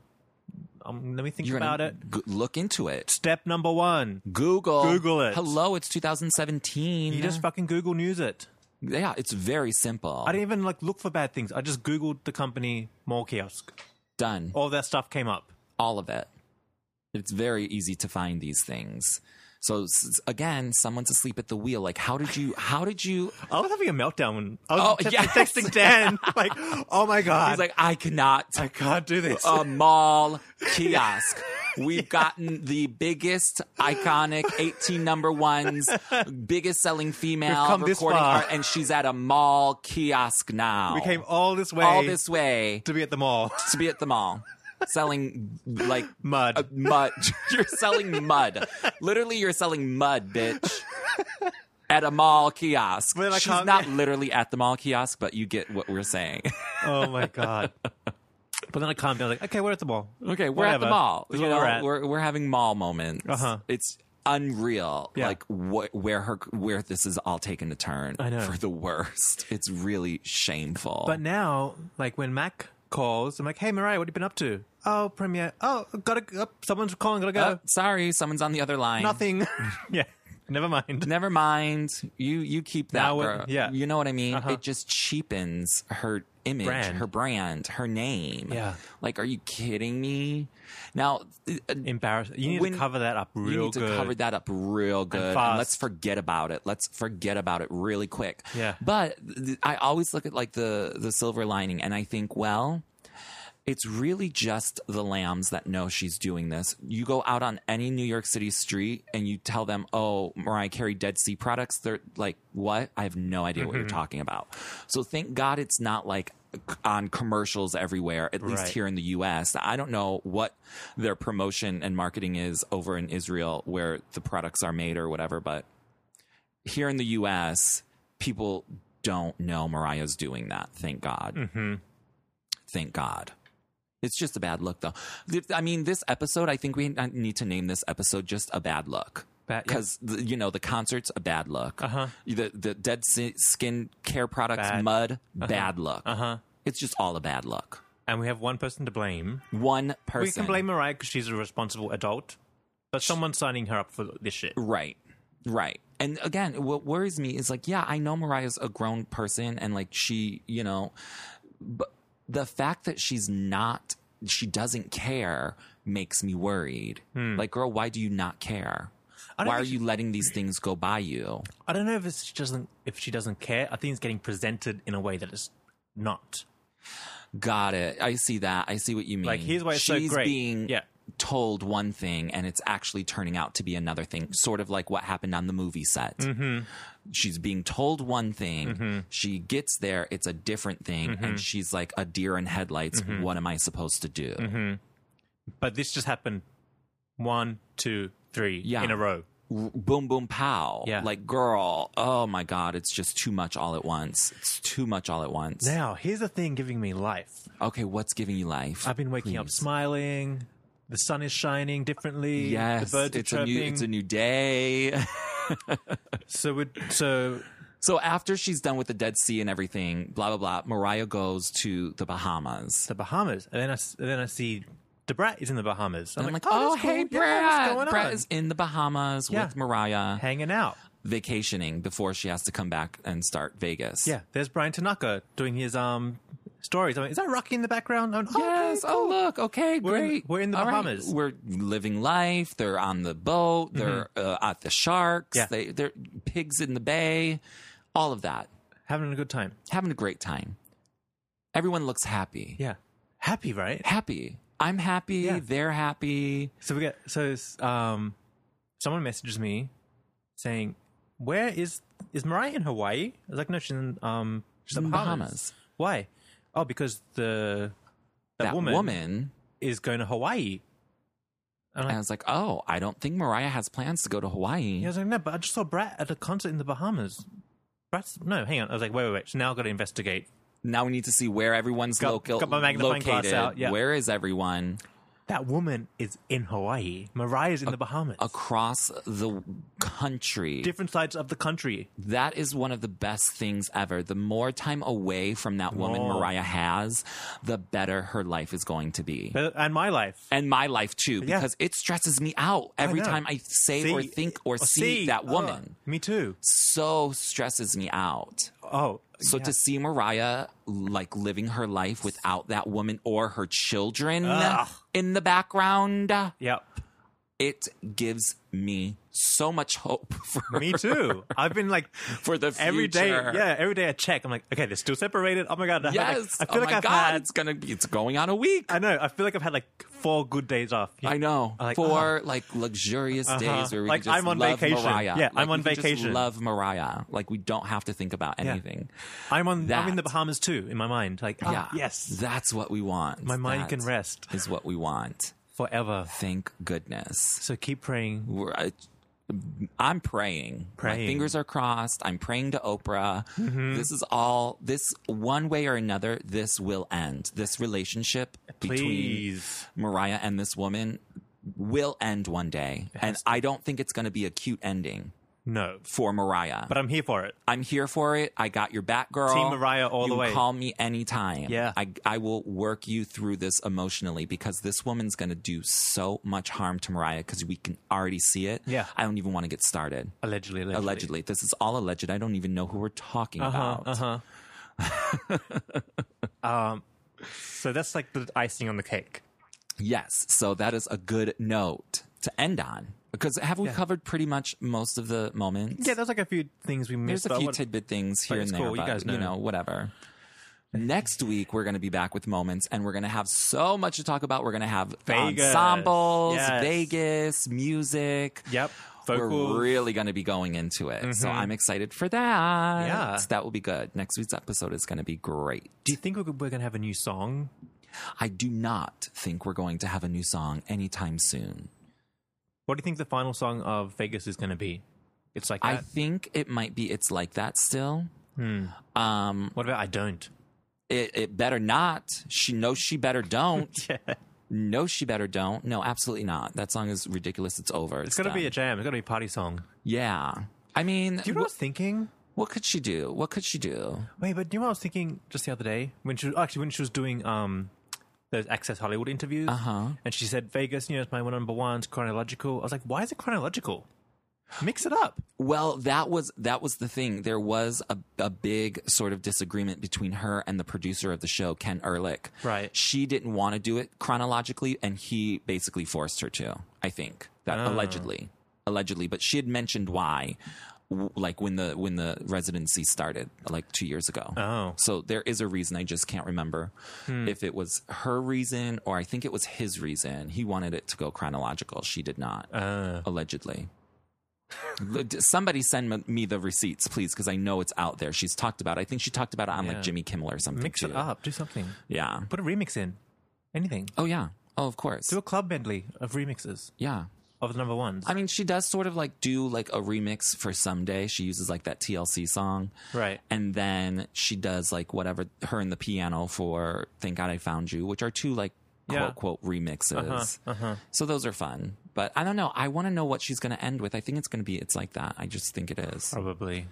[SPEAKER 2] Um, let me think
[SPEAKER 1] You're
[SPEAKER 2] about
[SPEAKER 1] gonna
[SPEAKER 2] it.
[SPEAKER 1] g- look into it.
[SPEAKER 2] Step number one,
[SPEAKER 1] Google.
[SPEAKER 2] Google it.
[SPEAKER 1] Hello, it's 2017.
[SPEAKER 2] you just fucking Google News it.
[SPEAKER 1] yeah, it's very simple.
[SPEAKER 2] I didn't even like look for bad things. I just Googled the company mall kiosk.
[SPEAKER 1] Done.
[SPEAKER 2] All that stuff came up.
[SPEAKER 1] all of it. It's very easy to find these things. So s- again, someone's asleep at the wheel. Like, how did you? How did you?
[SPEAKER 2] I was having a meltdown when I was
[SPEAKER 1] Oh,
[SPEAKER 2] te-
[SPEAKER 1] yes.
[SPEAKER 2] texting Dan, like, oh my God.
[SPEAKER 1] He's like, oh, I cannot.
[SPEAKER 2] I can't do this.
[SPEAKER 1] A mall kiosk. We've gotten the biggest, iconic, eighteen number ones, biggest selling female
[SPEAKER 2] We've come this
[SPEAKER 1] recording
[SPEAKER 2] far.
[SPEAKER 1] art, and she's at a mall kiosk now.
[SPEAKER 2] we came all this way
[SPEAKER 1] all this way
[SPEAKER 2] to be at the mall.
[SPEAKER 1] to be at the mall, selling like
[SPEAKER 2] Mud.
[SPEAKER 1] Uh, mud. you're selling mud. Literally, you're selling mud, bitch. At a mall kiosk.
[SPEAKER 2] Well, I
[SPEAKER 1] She's
[SPEAKER 2] can't-
[SPEAKER 1] not literally at the mall kiosk, but you get what we're saying.
[SPEAKER 2] oh my God. But then I calmed down, like, okay, we're at the mall.
[SPEAKER 1] okay, we're at the
[SPEAKER 2] Whatever.
[SPEAKER 1] mall.
[SPEAKER 2] This is
[SPEAKER 1] You
[SPEAKER 2] where
[SPEAKER 1] know,
[SPEAKER 2] we're at.
[SPEAKER 1] we're we're having mall moments.
[SPEAKER 2] Uh-huh.
[SPEAKER 1] It's unreal.
[SPEAKER 2] Yeah.
[SPEAKER 1] Like wh- where her where this is all taken a turn
[SPEAKER 2] I know.
[SPEAKER 1] for the worst. It's really shameful.
[SPEAKER 2] But now, like, when Mac calls, I'm like, hey, Mariah, what have you been up to? Oh, premiere. Oh, gotta go. Someone's calling, gotta go.
[SPEAKER 1] Uh, sorry, someone's on the other line.
[SPEAKER 2] Nothing. yeah, never mind.
[SPEAKER 1] Never mind. You you keep that.
[SPEAKER 2] Now we're-
[SPEAKER 1] girl.
[SPEAKER 2] yeah. Uh-huh.
[SPEAKER 1] You know what I mean? It just cheapens her image,
[SPEAKER 2] Brand.
[SPEAKER 1] her brand, her name.
[SPEAKER 2] Yeah.
[SPEAKER 1] Like, are you kidding me? Now, th- uh,
[SPEAKER 2] Embarrassing. You need
[SPEAKER 1] When-
[SPEAKER 2] to cover that up real
[SPEAKER 1] you need to
[SPEAKER 2] good.
[SPEAKER 1] cover that up real good. and
[SPEAKER 2] fast.
[SPEAKER 1] let's forget about it. Let's forget about it really quick.
[SPEAKER 2] Yeah.
[SPEAKER 1] But th- I always look at like the the silver lining, and I think, well, it's really just the lambs that know she's doing this. You go out on any New York City street and you tell them, "Oh, Mariah Carey Dead Sea Products." They're like, "What? I have no idea what you're talking about." So thank God it's not like on commercials everywhere, at least
[SPEAKER 2] Right.
[SPEAKER 1] here in the US. I don't know what their promotion and marketing is over in Israel where the products are made or whatever, but here in the US, people don't know Mariah's doing that. Thank God. Thank God. It's just a bad look, though. Th- I mean, this episode, I think we n- need to name this episode just a bad look.
[SPEAKER 2] Bad- yeah.
[SPEAKER 1] Because, you know, the concert's a bad look. Uh-huh. The, the dead si- skin care products,
[SPEAKER 2] Bad.
[SPEAKER 1] mud, bad look. Uh-huh. It's just all a bad look.
[SPEAKER 2] and we have one person to blame.
[SPEAKER 1] One person.
[SPEAKER 2] We can blame Mariah because she's a responsible adult, but someone's signing her up for this shit.
[SPEAKER 1] Right. Right. And again, what worries me is like, yeah, I know Mariah's a grown person and like she, you know, but the fact that she's not, she doesn't care makes me worried. Like, girl, why do you not care?
[SPEAKER 2] Hmm. I don't
[SPEAKER 1] Why are
[SPEAKER 2] think
[SPEAKER 1] you letting these things go by you?
[SPEAKER 2] I don't know if it's- she doesn't if she doesn't care. I think it's getting presented in a way that it's not.
[SPEAKER 1] Got it. I see that. I see what you mean.
[SPEAKER 2] Like, here's why it's so
[SPEAKER 1] She's
[SPEAKER 2] great.
[SPEAKER 1] being
[SPEAKER 2] Yeah.
[SPEAKER 1] told one thing and it's actually turning out to be another thing, sort of like what happened on the movie set.
[SPEAKER 2] Mm-hmm.
[SPEAKER 1] She's being told one thing. She gets there. It's a different thing.
[SPEAKER 2] Mm-hmm.
[SPEAKER 1] And she's like a deer in headlights. What am I supposed to do?
[SPEAKER 2] Mm-hmm. But this just happened one, two, three
[SPEAKER 1] Yeah.
[SPEAKER 2] in a row.
[SPEAKER 1] R- Boom, boom, pow.
[SPEAKER 2] Yeah.
[SPEAKER 1] Like, girl, oh my God, it's just too much all at once. It's too much all at once.
[SPEAKER 2] Now, here's the thing giving me life.
[SPEAKER 1] Okay, what's giving you life?
[SPEAKER 2] I've been waking up
[SPEAKER 1] Please.
[SPEAKER 2] smiling. The sun is shining differently.
[SPEAKER 1] Yes,
[SPEAKER 2] the birds are
[SPEAKER 1] it's a new
[SPEAKER 2] chirping.
[SPEAKER 1] it's a new day.
[SPEAKER 2] so we so
[SPEAKER 1] So after she's done with the Dead Sea and everything, blah blah blah, Mariah goes to the Bahamas.
[SPEAKER 2] the Bahamas, and then I s- and then I see Debrat is in the Bahamas.
[SPEAKER 1] I'm like, oh,
[SPEAKER 2] that's cool.
[SPEAKER 1] hey,
[SPEAKER 2] Yeah,
[SPEAKER 1] Brad!
[SPEAKER 2] what's going
[SPEAKER 1] Brad
[SPEAKER 2] on?
[SPEAKER 1] is in the Bahamas
[SPEAKER 2] Yeah.
[SPEAKER 1] with Mariah,
[SPEAKER 2] hanging out.
[SPEAKER 1] vacationing before she has to come back and start Vegas.
[SPEAKER 2] Yeah, there's Brian Tanaka doing his um stories. I mean, is that Rocky in the background? I'm-
[SPEAKER 1] Yes.
[SPEAKER 2] okay,
[SPEAKER 1] Oh, look. Okay.
[SPEAKER 2] We're in-
[SPEAKER 1] great.
[SPEAKER 2] we're in the
[SPEAKER 1] All right.
[SPEAKER 2] Bahamas. Mm-hmm.
[SPEAKER 1] We're living life. They're on the boat. They're uh, at the sharks.
[SPEAKER 2] Yeah.
[SPEAKER 1] They, they're pigs in the bay. All of that.
[SPEAKER 2] having a good time.
[SPEAKER 1] Having a great time. Everyone looks happy.
[SPEAKER 2] Yeah, happy, right?
[SPEAKER 1] Happy. I'm happy.
[SPEAKER 2] Yeah.
[SPEAKER 1] They're happy.
[SPEAKER 2] So we get so it's, um, someone messages me saying, "Where is is Mariah in Hawaii?" I was like, "No, she's in um she's in
[SPEAKER 1] In
[SPEAKER 2] the Bahamas.
[SPEAKER 1] Bahamas.
[SPEAKER 2] Why? Oh, because the that,
[SPEAKER 1] That
[SPEAKER 2] woman,
[SPEAKER 1] woman
[SPEAKER 2] is going to Hawaii." And
[SPEAKER 1] And
[SPEAKER 2] I,
[SPEAKER 1] I was like, oh, I don't think Mariah has plans to go to Hawaii.
[SPEAKER 2] I was like, "No, but I just saw Brat at a concert in the Bahamas." Brat's no, hang on. I was like, "Wait, wait, wait." So now I've got to investigate.
[SPEAKER 1] Now we need to see where everyone's
[SPEAKER 2] Got-
[SPEAKER 1] local,
[SPEAKER 2] got my magnifying glass
[SPEAKER 1] located.
[SPEAKER 2] out, yeah.
[SPEAKER 1] Where is everyone
[SPEAKER 2] That woman is in Hawaii. Mariah's in the Bahamas.
[SPEAKER 1] across the country?
[SPEAKER 2] Different sides of the country.
[SPEAKER 1] that is one of the best things ever. The more time away from that woman
[SPEAKER 2] Oh.
[SPEAKER 1] Mariah has, the better her life is going to be.
[SPEAKER 2] But- And my life.
[SPEAKER 1] and my life too,
[SPEAKER 2] Yeah.
[SPEAKER 1] because it stresses me out every
[SPEAKER 2] know.
[SPEAKER 1] time I say or think or, see, that
[SPEAKER 2] oh,
[SPEAKER 1] woman.
[SPEAKER 2] me too.
[SPEAKER 1] So stresses me out.
[SPEAKER 2] Oh,
[SPEAKER 1] So to see Mariah like living her life without that woman or her children
[SPEAKER 2] Ugh.
[SPEAKER 1] in the background,
[SPEAKER 2] yep.
[SPEAKER 1] it gives me so much hope for
[SPEAKER 2] Me too. I've been like
[SPEAKER 1] for the future.
[SPEAKER 2] every day. Yeah, every day I check. I'm like, okay, they're still separated. Oh my god. I had, like-
[SPEAKER 1] Yes.
[SPEAKER 2] I feel
[SPEAKER 1] oh
[SPEAKER 2] like
[SPEAKER 1] my
[SPEAKER 2] I've
[SPEAKER 1] God.
[SPEAKER 2] had.
[SPEAKER 1] It's gonna be. It's going on a week.
[SPEAKER 2] I know. I feel like I've had like four good days off.
[SPEAKER 1] I know.
[SPEAKER 2] I'm like,
[SPEAKER 1] Four like luxurious
[SPEAKER 2] Uh-huh.
[SPEAKER 1] days where we
[SPEAKER 2] Like,
[SPEAKER 1] can just
[SPEAKER 2] I'm on
[SPEAKER 1] love
[SPEAKER 2] vacation.
[SPEAKER 1] Mariah.
[SPEAKER 2] Yeah,
[SPEAKER 1] Like,
[SPEAKER 2] I'm on
[SPEAKER 1] we can just
[SPEAKER 2] vacation.
[SPEAKER 1] love Mariah. Like we don't have to think about anything.
[SPEAKER 2] oh, I'm on. I'm in
[SPEAKER 1] That.
[SPEAKER 2] the Bahamas too. In my mind, like, oh,
[SPEAKER 1] Yeah.
[SPEAKER 2] yes,
[SPEAKER 1] That's what we want.
[SPEAKER 2] my mind
[SPEAKER 1] That
[SPEAKER 2] can rest
[SPEAKER 1] Is what we want.
[SPEAKER 2] forever.
[SPEAKER 1] Thank goodness.
[SPEAKER 2] So keep praying.
[SPEAKER 1] we're, I, I'm praying. My
[SPEAKER 2] Praying. Mm-hmm.
[SPEAKER 1] fingers are crossed. I'm praying to Oprah. This is all. This one way or another, this will end. This relationship between
[SPEAKER 2] Please.
[SPEAKER 1] Mariah and this woman will end one day, and I don't think it's going to be a cute ending
[SPEAKER 2] No,
[SPEAKER 1] for Mariah.
[SPEAKER 2] but I'm here for it.
[SPEAKER 1] I'm here for it. I got your back, girl.
[SPEAKER 2] Team Mariah all
[SPEAKER 1] you
[SPEAKER 2] the way.
[SPEAKER 1] Call me anytime.
[SPEAKER 2] Yeah.
[SPEAKER 1] I, I will work you through this emotionally because this woman's going to do so much harm to Mariah because we can already see it.
[SPEAKER 2] Yeah.
[SPEAKER 1] I don't even want to get started.
[SPEAKER 2] Allegedly, allegedly.
[SPEAKER 1] Allegedly. This is all alleged. I don't even know who we're talking about.
[SPEAKER 2] Uh huh. um, so that's like the icing on the cake.
[SPEAKER 1] Yes. So that is a good note to end on because have we covered pretty much most of the moments?
[SPEAKER 2] Yeah, there's like a few things we
[SPEAKER 1] There's
[SPEAKER 2] missed.
[SPEAKER 1] a
[SPEAKER 2] but I
[SPEAKER 1] few
[SPEAKER 2] want-
[SPEAKER 1] tidbit things here
[SPEAKER 2] it's
[SPEAKER 1] and there,
[SPEAKER 2] cool. You
[SPEAKER 1] but,
[SPEAKER 2] guys know.
[SPEAKER 1] know, whatever. Next week, we're going to be back with moments and we're going to have so much to talk about. We're going to have
[SPEAKER 2] Vegas.
[SPEAKER 1] ensembles,
[SPEAKER 2] Yes.
[SPEAKER 1] Vegas, music.
[SPEAKER 2] Yep.
[SPEAKER 1] We're
[SPEAKER 2] Vocals. Mm-hmm.
[SPEAKER 1] really going to be going into it. So I'm excited for that.
[SPEAKER 2] Yeah.
[SPEAKER 1] That will be good. Next week's episode is going to be great.
[SPEAKER 2] Do you think we're we're gonna have a new song?
[SPEAKER 1] I do not think we're going to have a new song anytime soon.
[SPEAKER 2] What do you think the final song of Vegas is gonna be? It's like
[SPEAKER 1] I
[SPEAKER 2] that.
[SPEAKER 1] think it might be It's Like That still. Um,
[SPEAKER 2] what about I don't?
[SPEAKER 1] it, it better not. She knows she better don't.
[SPEAKER 2] Yeah.
[SPEAKER 1] No, she better don't. No, absolutely not. That song is ridiculous. It's over.
[SPEAKER 2] It's gotta
[SPEAKER 1] done.
[SPEAKER 2] be a jam. It's gotta be a party song.
[SPEAKER 1] yeah. I mean,
[SPEAKER 2] Do you know what I was thinking?
[SPEAKER 1] wh- what could she do? What could she do?
[SPEAKER 2] Wait, but do you know what I was thinking just the other day when she was, actually when she was doing um those Access Hollywood interviews,
[SPEAKER 1] Uh-huh.
[SPEAKER 2] and she said Vegas, you know, it's my one number one, it's chronological. I was like, why is it chronological? Mix it up.
[SPEAKER 1] Well, that was that was the thing. There was a, a big sort of disagreement between her and the producer of the show, Ken Ehrlich.
[SPEAKER 2] Right.
[SPEAKER 1] She didn't want to do it chronologically, and he basically forced her to. I think that
[SPEAKER 2] Ah.
[SPEAKER 1] allegedly, allegedly, but she had mentioned why, w- like when the when the residency started, like two years ago.
[SPEAKER 2] Oh. Hmm.
[SPEAKER 1] So there is a reason. I just can't remember if it was her reason or I think it was his reason. He wanted it to go chronological. She did not,
[SPEAKER 2] Ah.
[SPEAKER 1] allegedly. L- d- Somebody send m- me the receipts, please, because I know it's out there. She's talked about. It. I think she talked about it on
[SPEAKER 2] Yeah.
[SPEAKER 1] like Jimmy Kimmel or something.
[SPEAKER 2] Mix
[SPEAKER 1] too.
[SPEAKER 2] it up. Do something.
[SPEAKER 1] Yeah.
[SPEAKER 2] Put a remix in. Anything.
[SPEAKER 1] Oh yeah. Oh, of course.
[SPEAKER 2] Do a club medley of remixes
[SPEAKER 1] Yeah.
[SPEAKER 2] of the number ones.
[SPEAKER 1] I mean, she does sort of like do like a remix for someday. She uses like that TLC song.
[SPEAKER 2] Right.
[SPEAKER 1] And then she does like whatever her and the piano for Thank God I Found You, which are two like
[SPEAKER 2] Yeah. Uh-huh,
[SPEAKER 1] quote quote remixes. So those are fun. But I don't know. I want to know what she's going to end with. I think it's going to be It's Like That. I just think it is.
[SPEAKER 2] Probably.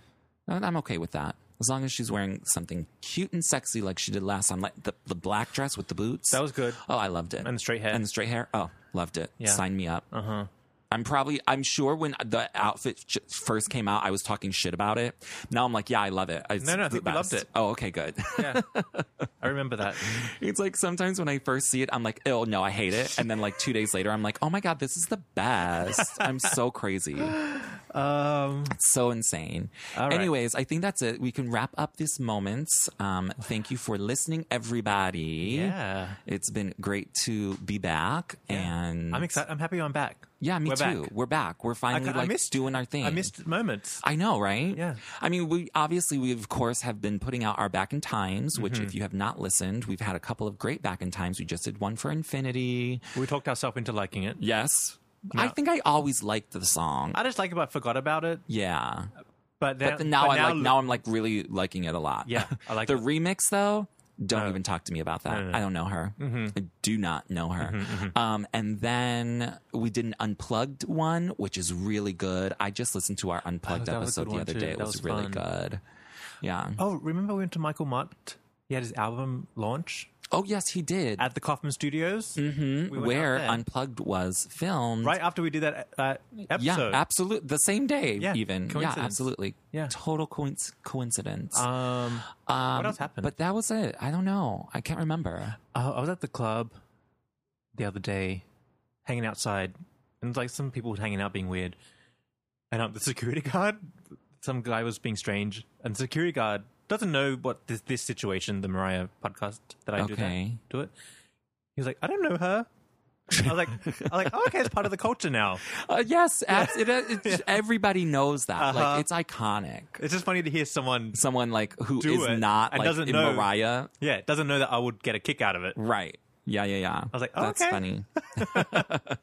[SPEAKER 1] And I'm okay with that. As long as she's wearing something cute and sexy like she did last time, like the, the black dress with the boots.
[SPEAKER 2] That was good.
[SPEAKER 1] Oh, I loved it.
[SPEAKER 2] And the straight hair.
[SPEAKER 1] And the straight hair. Oh, loved it.
[SPEAKER 2] Yeah. Uh-huh.
[SPEAKER 1] Sign me up. Uh huh. I'm probably, I'm sure when the outfit j- first came out, I was talking shit about it. Now I'm like, yeah, I love it. It's
[SPEAKER 2] No, no, I
[SPEAKER 1] the
[SPEAKER 2] think we loved
[SPEAKER 1] best.
[SPEAKER 2] it.
[SPEAKER 1] Oh, okay, good.
[SPEAKER 2] Yeah. I remember that.
[SPEAKER 1] it's like sometimes when I first see it, I'm like, oh, no, I hate it. And then like two days later, I'm like, oh my God, this is the best. I'm so crazy.
[SPEAKER 2] Um,
[SPEAKER 1] so insane.
[SPEAKER 2] right.
[SPEAKER 1] Anyways, I think that's it. We can wrap up this moment. Um, thank you for listening, everybody.
[SPEAKER 2] Yeah.
[SPEAKER 1] It's been great to be back. And
[SPEAKER 2] I'm excited. I'm happy I'm back.
[SPEAKER 1] Mm. Yeah, me
[SPEAKER 2] We're
[SPEAKER 1] too.
[SPEAKER 2] Back.
[SPEAKER 1] We're back. We're finally
[SPEAKER 2] I
[SPEAKER 1] like
[SPEAKER 2] missed-
[SPEAKER 1] doing our thing.
[SPEAKER 2] I missed moments.
[SPEAKER 1] I know, right?
[SPEAKER 2] Yeah.
[SPEAKER 1] I mean, we obviously we of course have been putting out our back in times, which
[SPEAKER 2] Mm-hmm.
[SPEAKER 1] if you have not listened, we've had a couple of great back in times. We just did one for Infinity.
[SPEAKER 2] We talked ourselves into liking it.
[SPEAKER 1] Yes. I think I always liked the song.
[SPEAKER 2] I just like about forgot about it,
[SPEAKER 1] yeah.
[SPEAKER 2] but, then,
[SPEAKER 1] But then now
[SPEAKER 2] but
[SPEAKER 1] I like now I'm like really liking it a lot.
[SPEAKER 2] Yeah, I like Uh,
[SPEAKER 1] the
[SPEAKER 2] that.
[SPEAKER 1] remix though. Don't even talk to me about that. I don't know her.
[SPEAKER 2] Mm-hmm.
[SPEAKER 1] I do not know her. Um, and then we did an unplugged one, which is really good. I just listened to our unplugged
[SPEAKER 2] Oh, that was a
[SPEAKER 1] episode
[SPEAKER 2] good
[SPEAKER 1] the
[SPEAKER 2] one,
[SPEAKER 1] other
[SPEAKER 2] too.
[SPEAKER 1] day. It
[SPEAKER 2] That
[SPEAKER 1] was,
[SPEAKER 2] was
[SPEAKER 1] really
[SPEAKER 2] fun.
[SPEAKER 1] good. Yeah. Oh.
[SPEAKER 2] Oh, remember we went to Michael Mott? He had his album launch
[SPEAKER 1] Oh, yes, he did.
[SPEAKER 2] at the Kaufman Studios, mm-hmm.
[SPEAKER 1] Where unplugged was filmed.
[SPEAKER 2] right after we did that uh,
[SPEAKER 1] Yeah,
[SPEAKER 2] episode.
[SPEAKER 1] absolutely. The same day,
[SPEAKER 2] Yeah,
[SPEAKER 1] even. Yeah,
[SPEAKER 2] coincidence.
[SPEAKER 1] absolutely.
[SPEAKER 2] Yeah.
[SPEAKER 1] Total coinc- coincidence.
[SPEAKER 2] um, what else happened?
[SPEAKER 1] but that was it. I don't know. I can't remember.
[SPEAKER 2] Uh, I was at the club the other day, hanging outside, and like some people were hanging out being weird. And um, the security guard, some guy was being strange, and the security guard doesn't know what this, this situation, the Mariah podcast that I do that,
[SPEAKER 1] Okay.
[SPEAKER 2] do it. He was like, I don't know her. I was like, I was like, oh, okay, it's part of the culture now.
[SPEAKER 1] Uh, yes, abs- it, it's, everybody knows that.
[SPEAKER 2] Uh-huh.
[SPEAKER 1] Like it's iconic.
[SPEAKER 2] It's just funny to hear someone,
[SPEAKER 1] Someone like who is
[SPEAKER 2] Do it
[SPEAKER 1] not
[SPEAKER 2] and
[SPEAKER 1] like
[SPEAKER 2] doesn't
[SPEAKER 1] in
[SPEAKER 2] know.
[SPEAKER 1] Mariah,
[SPEAKER 2] yeah, doesn't know that I would get a kick out of it.
[SPEAKER 1] right? Yeah, yeah, yeah. I
[SPEAKER 2] was like, oh,
[SPEAKER 1] that's
[SPEAKER 2] okay.
[SPEAKER 1] funny.
[SPEAKER 2] Uh,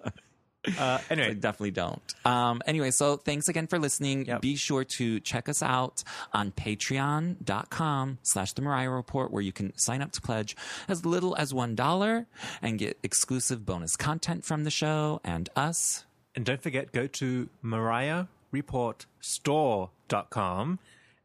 [SPEAKER 1] I
[SPEAKER 2] anyway,
[SPEAKER 1] definitely don't. Um, anyway, so thanks again for listening.
[SPEAKER 2] Yep.
[SPEAKER 1] Be sure to check us out on patreon.com slash the Mariah Report, where you can sign up to pledge as little as $1 and get exclusive bonus content from the show and us.
[SPEAKER 2] And don't forget, go to mariahreportstore.com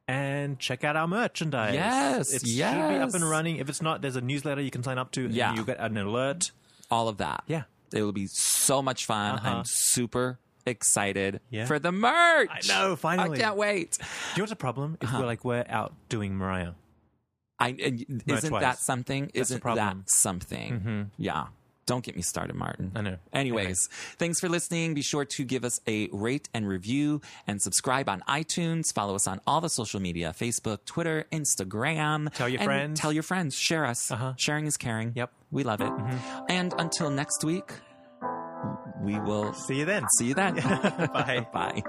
[SPEAKER 2] and check out our merchandise.
[SPEAKER 1] Yes,
[SPEAKER 2] it should be
[SPEAKER 1] yes.
[SPEAKER 2] up and running. If it's not, there's a newsletter you can sign up to, and
[SPEAKER 1] Yeah.
[SPEAKER 2] you get an alert.
[SPEAKER 1] all of that.
[SPEAKER 2] Yeah. Uh-huh.
[SPEAKER 1] It will be so much fun. I'm super excited
[SPEAKER 2] Yeah.
[SPEAKER 1] for the merch.
[SPEAKER 2] I know, finally.
[SPEAKER 1] I can't wait.
[SPEAKER 2] Do you know what's a problem?
[SPEAKER 1] Uh-huh.
[SPEAKER 2] If we're like we're out doing Mariah,
[SPEAKER 1] I and isn't
[SPEAKER 2] Merch-wise.
[SPEAKER 1] that something? Isn't that
[SPEAKER 2] problem. Mm-hmm.
[SPEAKER 1] something? Yeah. Don't get me started, Martin.
[SPEAKER 2] I know.
[SPEAKER 1] Anyways, thanks for listening. Be sure to give us a rate and review and subscribe on iTunes. Follow us on all the social media Facebook, Twitter, Instagram.
[SPEAKER 2] Tell your
[SPEAKER 1] And
[SPEAKER 2] friends.
[SPEAKER 1] Tell your friends. Share us.
[SPEAKER 2] Uh-huh.
[SPEAKER 1] Sharing is caring.
[SPEAKER 2] Yep. Mm-hmm.
[SPEAKER 1] We love it. And until next week, we will
[SPEAKER 2] See you then.
[SPEAKER 1] see you then.
[SPEAKER 2] Bye.
[SPEAKER 1] Bye.